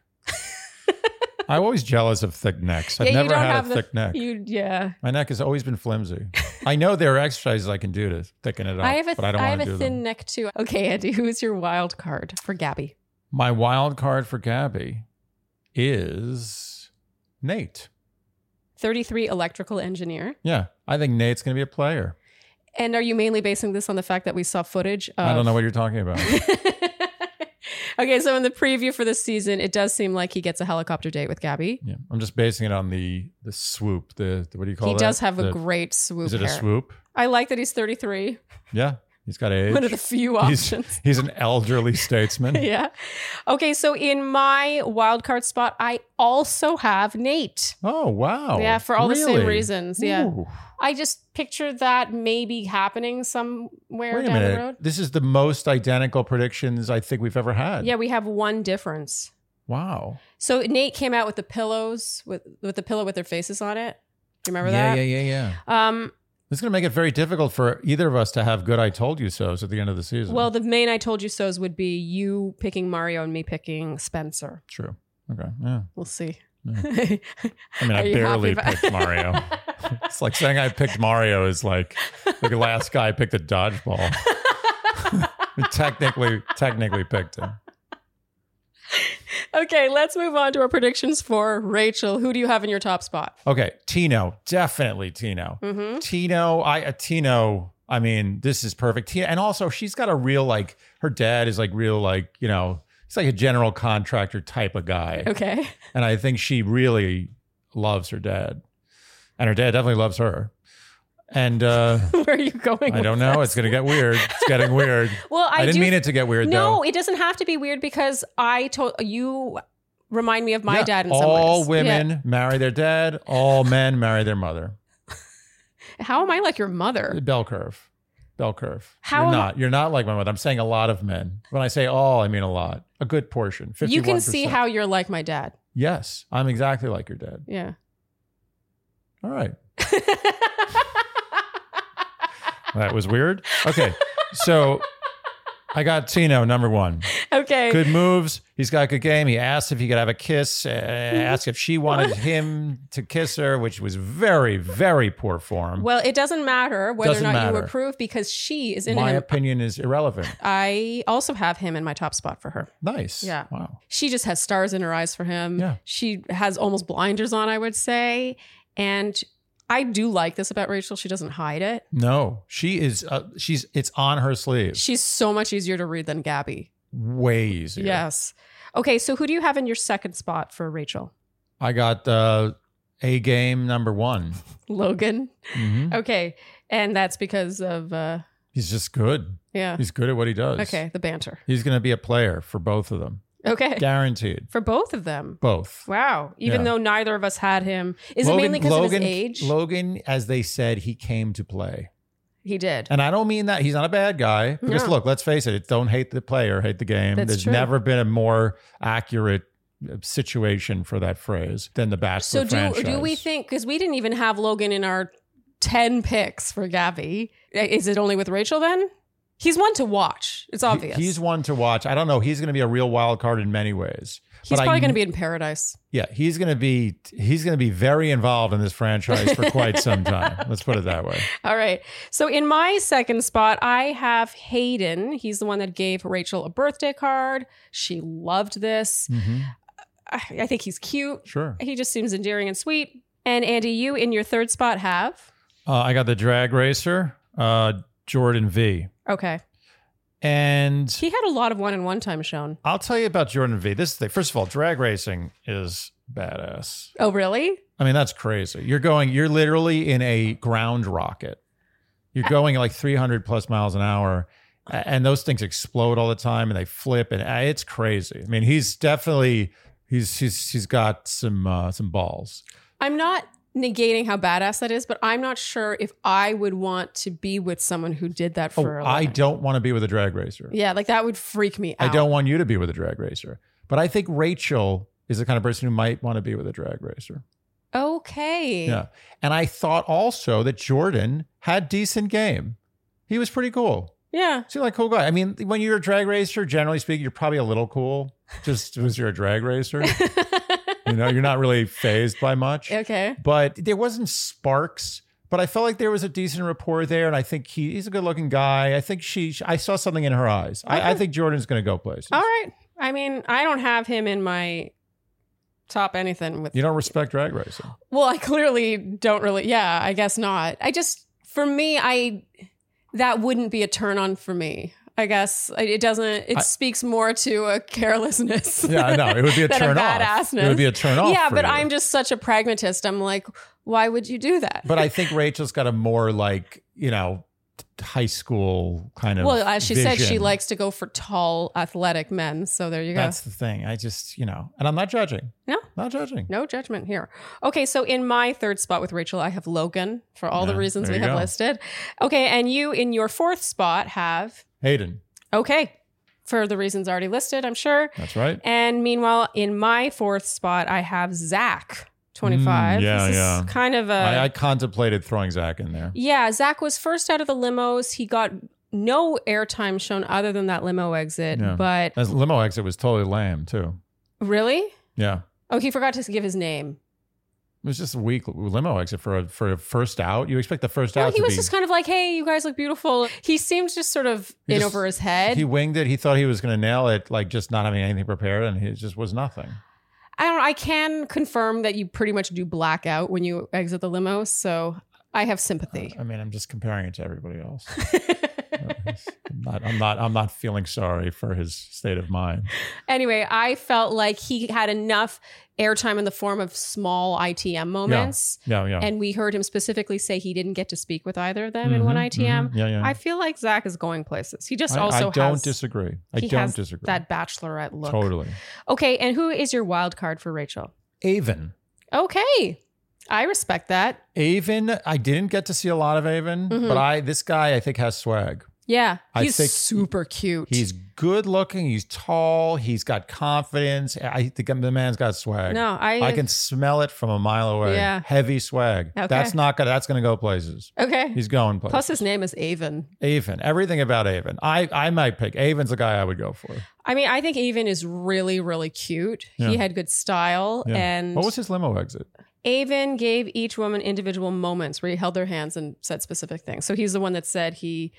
Speaker 1: I'm always jealous of thick necks. I've
Speaker 2: Yeah, you
Speaker 1: never
Speaker 2: don't
Speaker 1: had
Speaker 2: have
Speaker 1: a
Speaker 2: the-
Speaker 1: thick neck.
Speaker 2: You, yeah.
Speaker 1: My neck has always been flimsy. I know there are exercises I can do to thicken it up,
Speaker 2: I have a,
Speaker 1: but I don't
Speaker 2: I
Speaker 1: want
Speaker 2: have
Speaker 1: to
Speaker 2: a
Speaker 1: do
Speaker 2: thin
Speaker 1: them.
Speaker 2: neck too. Okay, Andy, who is your wild card for Gabby?
Speaker 1: My wild card for Gabby is Nate.
Speaker 2: 33 electrical engineer.
Speaker 1: Yeah, I think Nate's going to be a player.
Speaker 2: And are you mainly basing this on the fact that we saw footage of
Speaker 1: I don't know what you're talking about.
Speaker 2: okay, so in the preview for this season, it does seem like he gets a helicopter date with Gabby.
Speaker 1: yeah, I'm just basing it on the the swoop. The, the- what do you call
Speaker 2: He
Speaker 1: that?
Speaker 2: does have a
Speaker 1: The-
Speaker 2: great swoop
Speaker 1: Is it a
Speaker 2: hair.
Speaker 1: swoop?
Speaker 2: I like that he's 33.
Speaker 1: Yeah, he's got age.
Speaker 2: One of the few
Speaker 1: He's-
Speaker 2: options.
Speaker 1: He's an elderly statesman.
Speaker 2: yeah. Okay, so in my wild card spot, I also have Nate.
Speaker 1: Oh wow!
Speaker 2: yeah, for all the
Speaker 1: Really?
Speaker 2: same reasons. Yeah.
Speaker 1: Ooh.
Speaker 2: I just picture that maybe happening somewhere
Speaker 1: Wait a
Speaker 2: down the road.
Speaker 1: minute. This is the most identical predictions I think we've ever had.
Speaker 2: Yeah, we have one difference.
Speaker 1: Wow.
Speaker 2: So Nate came out with the pillows with with the pillow with their faces on it. Do you remember that?
Speaker 1: yeah, yeah.
Speaker 2: Um
Speaker 1: This is going to make it very difficult for either of us to have good "I told you so"s at the end of the season.
Speaker 2: well the main I told you so's would be you picking Mario and me picking Spencer.
Speaker 1: true. Okay. Yeah.
Speaker 2: We'll see.
Speaker 1: I mean,
Speaker 2: Are
Speaker 1: I
Speaker 2: you
Speaker 1: barely
Speaker 2: happy about-
Speaker 1: picked Mario. it's like saying I picked Mario is like the last guy picked a dodgeball. We technically, technically picked him.
Speaker 2: okay, let's move on to our predictions for Rachel. Who do you have in your top spot?
Speaker 1: Okay, Tino, definitely Tino.
Speaker 2: Mhm.
Speaker 1: Tino, I uh, Tino. I mean, this is perfect. Tino, and also she's got a real like her dad is like real like you know he's like a general contractor type of guy,
Speaker 2: Okay.
Speaker 1: and I think she really loves her dad, and her dad definitely loves her. And uh,
Speaker 2: Where are you going?
Speaker 1: I
Speaker 2: with
Speaker 1: don't know.
Speaker 2: this?
Speaker 1: It's gonna get weird. It's getting weird.
Speaker 2: Well, I,
Speaker 1: I, didn't
Speaker 2: do
Speaker 1: mean it to get weird
Speaker 2: No,
Speaker 1: though.
Speaker 2: it doesn't have to be weird because I told you remind me of my
Speaker 1: Yeah,
Speaker 2: dad in some ways.
Speaker 1: all
Speaker 2: Yeah.
Speaker 1: women marry their dad. All men marry their mother.
Speaker 2: How am I like your mother?
Speaker 1: Bell curve. Bell curve.
Speaker 2: How
Speaker 1: you're
Speaker 2: am I-
Speaker 1: not. You're not like my mother. I'm saying a lot of men. When I say all, I mean a lot. A good portion. 51%.
Speaker 2: You can see how you're like my dad.
Speaker 1: Yes, I'm exactly like your dad.
Speaker 2: Yeah.
Speaker 1: All right. That was weird. Okay. So I got Tino number one.
Speaker 2: Okay.
Speaker 1: Good moves. He's got a good game. He asked if he could have a kiss. Uh,
Speaker 2: Mm-hmm.
Speaker 1: asked if she wanted him to kiss her, which was very, very poor form.
Speaker 2: Well, it doesn't matter whether
Speaker 1: Doesn't
Speaker 2: or not you
Speaker 1: matter.
Speaker 2: approve because she is in
Speaker 1: My
Speaker 2: him.
Speaker 1: opinion is irrelevant.
Speaker 2: I also have him in my top spot for her.
Speaker 1: Nice.
Speaker 2: Yeah.
Speaker 1: Wow.
Speaker 2: She just has stars in her eyes for him.
Speaker 1: Yeah.
Speaker 2: She has almost blinders on, I would say. And I do like this about Rachel. She doesn't hide it.
Speaker 1: No, she is. Uh, she's. It's on her sleeve.
Speaker 2: She's so much easier to read than Gabby.
Speaker 1: Way easier.
Speaker 2: Yes. Okay, so who do you have in your second spot for Rachel?
Speaker 1: I got uh, a game number one.
Speaker 2: Logan.
Speaker 1: Mhm.
Speaker 2: Okay. And that's because of uh
Speaker 1: He's just good.
Speaker 2: yeah.
Speaker 1: He's good at what he does.
Speaker 2: Okay, the banter.
Speaker 1: He's going to be a player for both of them,
Speaker 2: Okay.
Speaker 1: guaranteed.
Speaker 2: For both of them.
Speaker 1: Both.
Speaker 2: Wow. Even
Speaker 1: Yeah.
Speaker 2: though neither of us had him. Is it mainly because of his age?
Speaker 1: Logan, as they said, he came to play.
Speaker 2: he did.
Speaker 1: And I don't mean that he's not a bad guy. Because
Speaker 2: No.
Speaker 1: look, let's face it, it's don't hate the player, hate the game.
Speaker 2: That's
Speaker 1: There's
Speaker 2: true.
Speaker 1: never been a more accurate uh, situation for that phrase than the Bachelor
Speaker 2: So do do we
Speaker 1: franchise.
Speaker 2: think because we didn't even have Logan in our ten picks for Gabby? Is it only with Rachel then? He's one to watch. It's
Speaker 1: He-
Speaker 2: obvious.
Speaker 1: he's one to watch. I don't know. He's going to be a real wild card in many ways.
Speaker 2: He's
Speaker 1: but I
Speaker 2: probably going to be in paradise.
Speaker 1: Yeah, he's going to be he's going to be very involved in this franchise for quite some time. Let's put it that way.
Speaker 2: All right. So in my second spot, I have Hayden. He's the one that gave Rachel a birthday card. She loved this.
Speaker 3: Mm-hmm.
Speaker 1: Mhm.
Speaker 2: I, I think he's cute.
Speaker 1: Sure.
Speaker 2: He just seems endearing and sweet. And Andy, you in your third spot have
Speaker 3: Uh, I got the drag racer, uh, Jordan V.
Speaker 2: okay.
Speaker 3: And
Speaker 2: He had a lot of one in one time shown.
Speaker 3: I'll tell you about Jordan V. This is the first of all, drag racing is badass.
Speaker 2: Oh really?
Speaker 1: I mean, that's crazy. You're going, you're literally in a ground rocket. You're going like 300 plus miles an hour, a- and those things explode all the time and they flip, and uh, it's crazy. I mean, he's definitely. He's, he's he's got some uh, some balls.
Speaker 2: I'm not negating how badass that is, but I'm not sure if I would want to be with someone who did that
Speaker 1: Oh,
Speaker 2: for a
Speaker 1: I
Speaker 2: living.
Speaker 1: don't want to be with a drag racer.
Speaker 2: Yeah, like that would freak me
Speaker 1: I
Speaker 2: out.
Speaker 1: don't want you to be with a drag racer. But I think Rachel is the kind of person who might want to be with a drag racer.
Speaker 2: Okay.
Speaker 1: Yeah. And I thought also that Jordan had decent game. He was pretty cool.
Speaker 2: Yeah.
Speaker 1: Seemed like a cool guy. I mean, when you're a drag racer, generally speaking, you're probably a little cool. Just because you're a drag racer, you know, you're not really phased by much.
Speaker 2: okay.
Speaker 1: But there wasn't sparks. But I felt like there was a decent rapport there, and I think he, he's a good-looking guy. I think she, I saw something in her eyes. I, I think Jordan's going to go places.
Speaker 2: All right. I mean, I don't have him in my top anything with
Speaker 1: You don't respect drag racing.
Speaker 2: Well, I clearly don't really. Yeah, I guess not. I just for me, I that wouldn't be a turn on for me. I guess I- it doesn't. It
Speaker 1: I-
Speaker 2: speaks more to a carelessness.
Speaker 1: Yeah, I know. It would be a
Speaker 2: Than a
Speaker 1: turn off. It
Speaker 2: badassness.
Speaker 1: would be a turn off.
Speaker 2: yeah,
Speaker 1: for
Speaker 2: but
Speaker 1: you.
Speaker 2: I'm just such a pragmatist. I'm like, why would you do that?
Speaker 1: But I think Rachel's got a more like you know t- high school kind of.
Speaker 2: well, as she said, she
Speaker 1: vision.
Speaker 2: likes to go for tall, athletic men. So there you go.
Speaker 1: That's the thing. I just you know, and I'm not judging.
Speaker 2: No.
Speaker 1: not judging.
Speaker 2: no judgment here. Okay, so in my third spot with Rachel, I have Logan for all the
Speaker 1: Yeah,
Speaker 2: reasons
Speaker 1: there
Speaker 2: we
Speaker 1: you
Speaker 2: have
Speaker 1: go.
Speaker 2: listed. Okay, and you in your fourth spot have
Speaker 1: Hayden,
Speaker 2: Okay. For the reasons already listed, I'm sure.
Speaker 1: that's right.
Speaker 2: And meanwhile, in my fourth spot, I have Zach, 25.
Speaker 1: Mm, yeah,
Speaker 2: this is
Speaker 1: yeah.
Speaker 2: kind of a.
Speaker 1: I, I contemplated throwing Zach in there.
Speaker 2: Uh, yeah, Zach was first out of the limos. He got no airtime shown other than that limo exit.
Speaker 1: Yeah.
Speaker 2: But
Speaker 1: As limo exit was totally lame too.
Speaker 2: really?
Speaker 1: Yeah,
Speaker 2: Oh, he forgot to give his name.
Speaker 1: it was just a weak limo exit for a for a first out. You expect the first
Speaker 2: Well,
Speaker 1: out
Speaker 2: Oh, he
Speaker 1: to
Speaker 2: was
Speaker 1: be.
Speaker 2: just kind of like, hey, you guys look beautiful. He seemed just sort of
Speaker 1: He
Speaker 2: in
Speaker 1: just-
Speaker 2: over his head.
Speaker 1: he winged it. He thought he was going to nail it, like just not having anything prepared, and he just was nothing.
Speaker 2: I don't. I can confirm that you pretty much do black out when you exit the limo. So I have sympathy.
Speaker 1: I mean, I'm just comparing it to everybody else. Uh, I'm not, I'm not, I'm not feeling sorry for his state of mind.
Speaker 2: Anyway, I felt like he had enough airtime in the form of small ITM moments.
Speaker 1: Yeah, yeah.
Speaker 2: And we heard him specifically say he didn't get to speak with either of them in one
Speaker 1: Mhm,
Speaker 2: ITM.
Speaker 1: mhm. Yeah, yeah.
Speaker 2: I feel like Zach is going places. He just
Speaker 1: I-
Speaker 2: also
Speaker 1: I don't
Speaker 2: has
Speaker 1: disagree. I
Speaker 2: he
Speaker 1: don't
Speaker 2: has
Speaker 1: disagree.
Speaker 2: that bachelorette look.
Speaker 1: Totally.
Speaker 2: Okay, and who is your wild card for Rachel?
Speaker 1: Avon.
Speaker 2: Okay. I respect that.
Speaker 1: Avon. I didn't get to see a lot of Avon,
Speaker 2: Mhm.
Speaker 1: but I this guy I think has swag.
Speaker 2: Yeah.
Speaker 1: I
Speaker 2: He's
Speaker 1: think
Speaker 2: super cute.
Speaker 1: He's good looking. He's tall. He's got confidence. I think the man's got swag.
Speaker 2: no, I,
Speaker 1: I can smell it from a mile away.
Speaker 2: Yeah.
Speaker 1: Heavy swag.
Speaker 2: Okay.
Speaker 1: That's not gonna. That's gonna go places.
Speaker 2: Okay.
Speaker 1: He's going places.
Speaker 2: Plus his name is Avon.
Speaker 1: Avon. Everything about Avon. I I might pick. Avon's the guy I would go for.
Speaker 2: I mean, I think Avon is really, really cute. He
Speaker 1: Yeah.
Speaker 2: had good style.
Speaker 1: Yeah.
Speaker 2: And
Speaker 1: What was his limo exit?
Speaker 2: Oh. Avon gave each woman individual moments where he held their hands and said specific things. So he's the one that said he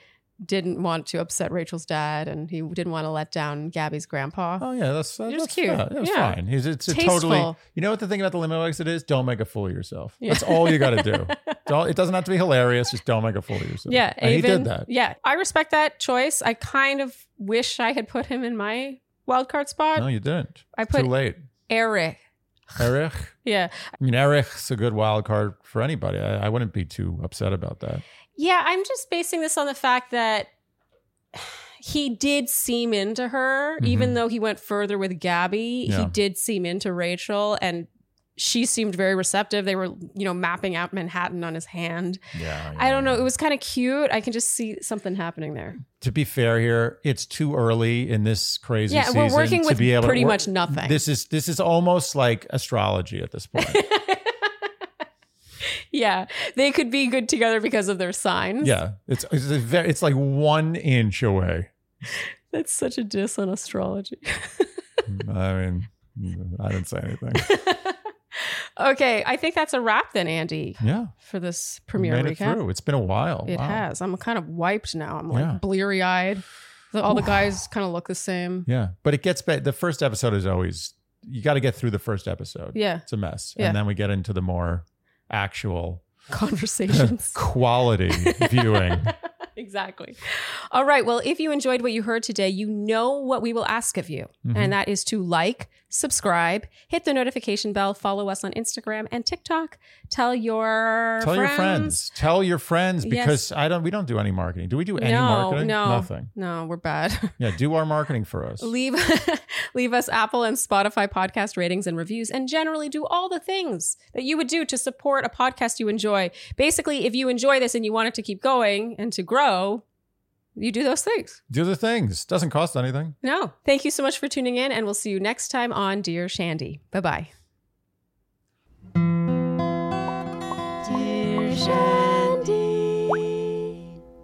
Speaker 2: didn't want to upset Rachel's dad and he didn't want to let down Gabby's grandpa.
Speaker 1: Oh yeah, that's that's,
Speaker 2: It was
Speaker 1: that's
Speaker 2: cute.
Speaker 1: Yeah, it was
Speaker 2: Yeah.
Speaker 1: fine. He's it's a
Speaker 2: Tasteful.
Speaker 1: totally. You know what the thing about the limo exit is? Don't make a fool of yourself.
Speaker 2: Yeah.
Speaker 1: That's all you got to do. Don't. It doesn't have to be hilarious. Just don't make a fool of yourself.
Speaker 2: Yeah,
Speaker 1: and Oh, he
Speaker 2: Avon-
Speaker 1: did that.
Speaker 2: Yeah, I respect that choice. I kind of wish I had put him in my wild card spot.
Speaker 1: No, you didn't.
Speaker 2: I
Speaker 1: Too
Speaker 2: put
Speaker 1: late.
Speaker 2: Eric.
Speaker 1: Erich.
Speaker 2: Yeah,
Speaker 1: I mean, Erich's a good wild card for anybody. I, I wouldn't be too upset about that.
Speaker 2: yeah. I'm just basing this on the fact that he did seem into her, even
Speaker 1: Mhm.
Speaker 2: though he went further with Gabby. He
Speaker 1: Yeah.
Speaker 2: did seem into Rachel, and she seemed very receptive. They were, you know, mapping out Manhattan on his hand.
Speaker 3: Yeah.
Speaker 2: I don't know. It was kind of cute. I can just see something happening there.
Speaker 1: To be fair here, it's too early in this crazy
Speaker 2: yeah,
Speaker 1: season
Speaker 2: we're working
Speaker 1: to
Speaker 2: with
Speaker 1: be able
Speaker 2: pretty
Speaker 1: to, work-
Speaker 2: much nothing.
Speaker 1: This is this is almost like astrology at this point.
Speaker 2: yeah, they could be good together because of their signs.
Speaker 1: yeah, it's it's, a very, it's like one inch away.
Speaker 2: that's such a diss on astrology.
Speaker 1: I mean, I didn't say anything.
Speaker 2: okay, I think that's a wrap then, Andy,
Speaker 1: Yeah,
Speaker 2: for this
Speaker 1: we
Speaker 2: premiere
Speaker 1: made it
Speaker 2: recap.
Speaker 1: through. It's been a while.
Speaker 2: It
Speaker 1: Oh, Wow.
Speaker 2: has. I'm kind of wiped now. I'm like
Speaker 1: Yeah.
Speaker 2: bleary eyed. All the guys kind of look the same.
Speaker 1: Yeah, but it gets better. The first episode is always you got to get through the first episode.
Speaker 2: Yeah,
Speaker 1: It's a mess,
Speaker 2: Yeah.
Speaker 1: and then we get into the more actual
Speaker 2: conversations.
Speaker 1: quality viewing.
Speaker 2: exactly. All right. Well, if you enjoyed what you heard today, you know what we will ask of you,
Speaker 1: Mhm.
Speaker 2: and that is to like, subscribe, hit the notification bell, follow us on Instagram and TikTok. Tell your
Speaker 1: Tell your friends. Tell your friends
Speaker 2: Yes.
Speaker 1: because I don't. We don't do any marketing. Do we do any
Speaker 2: No,
Speaker 1: marketing?
Speaker 2: no.
Speaker 1: Nothing.
Speaker 2: No, we're bad.
Speaker 1: Yeah, do our marketing for us.
Speaker 2: leave leave us Apple and Spotify podcast ratings and reviews and generally do all the things that you would do to support a podcast you enjoy. Basically, if you enjoy this and you want it to keep going and to grow, you do those things.
Speaker 1: Do the things. Doesn't cost anything.
Speaker 2: No. Thank you so much for tuning in, and we'll see you next time on Dear Shandy. Bye bye. Dear Shandy.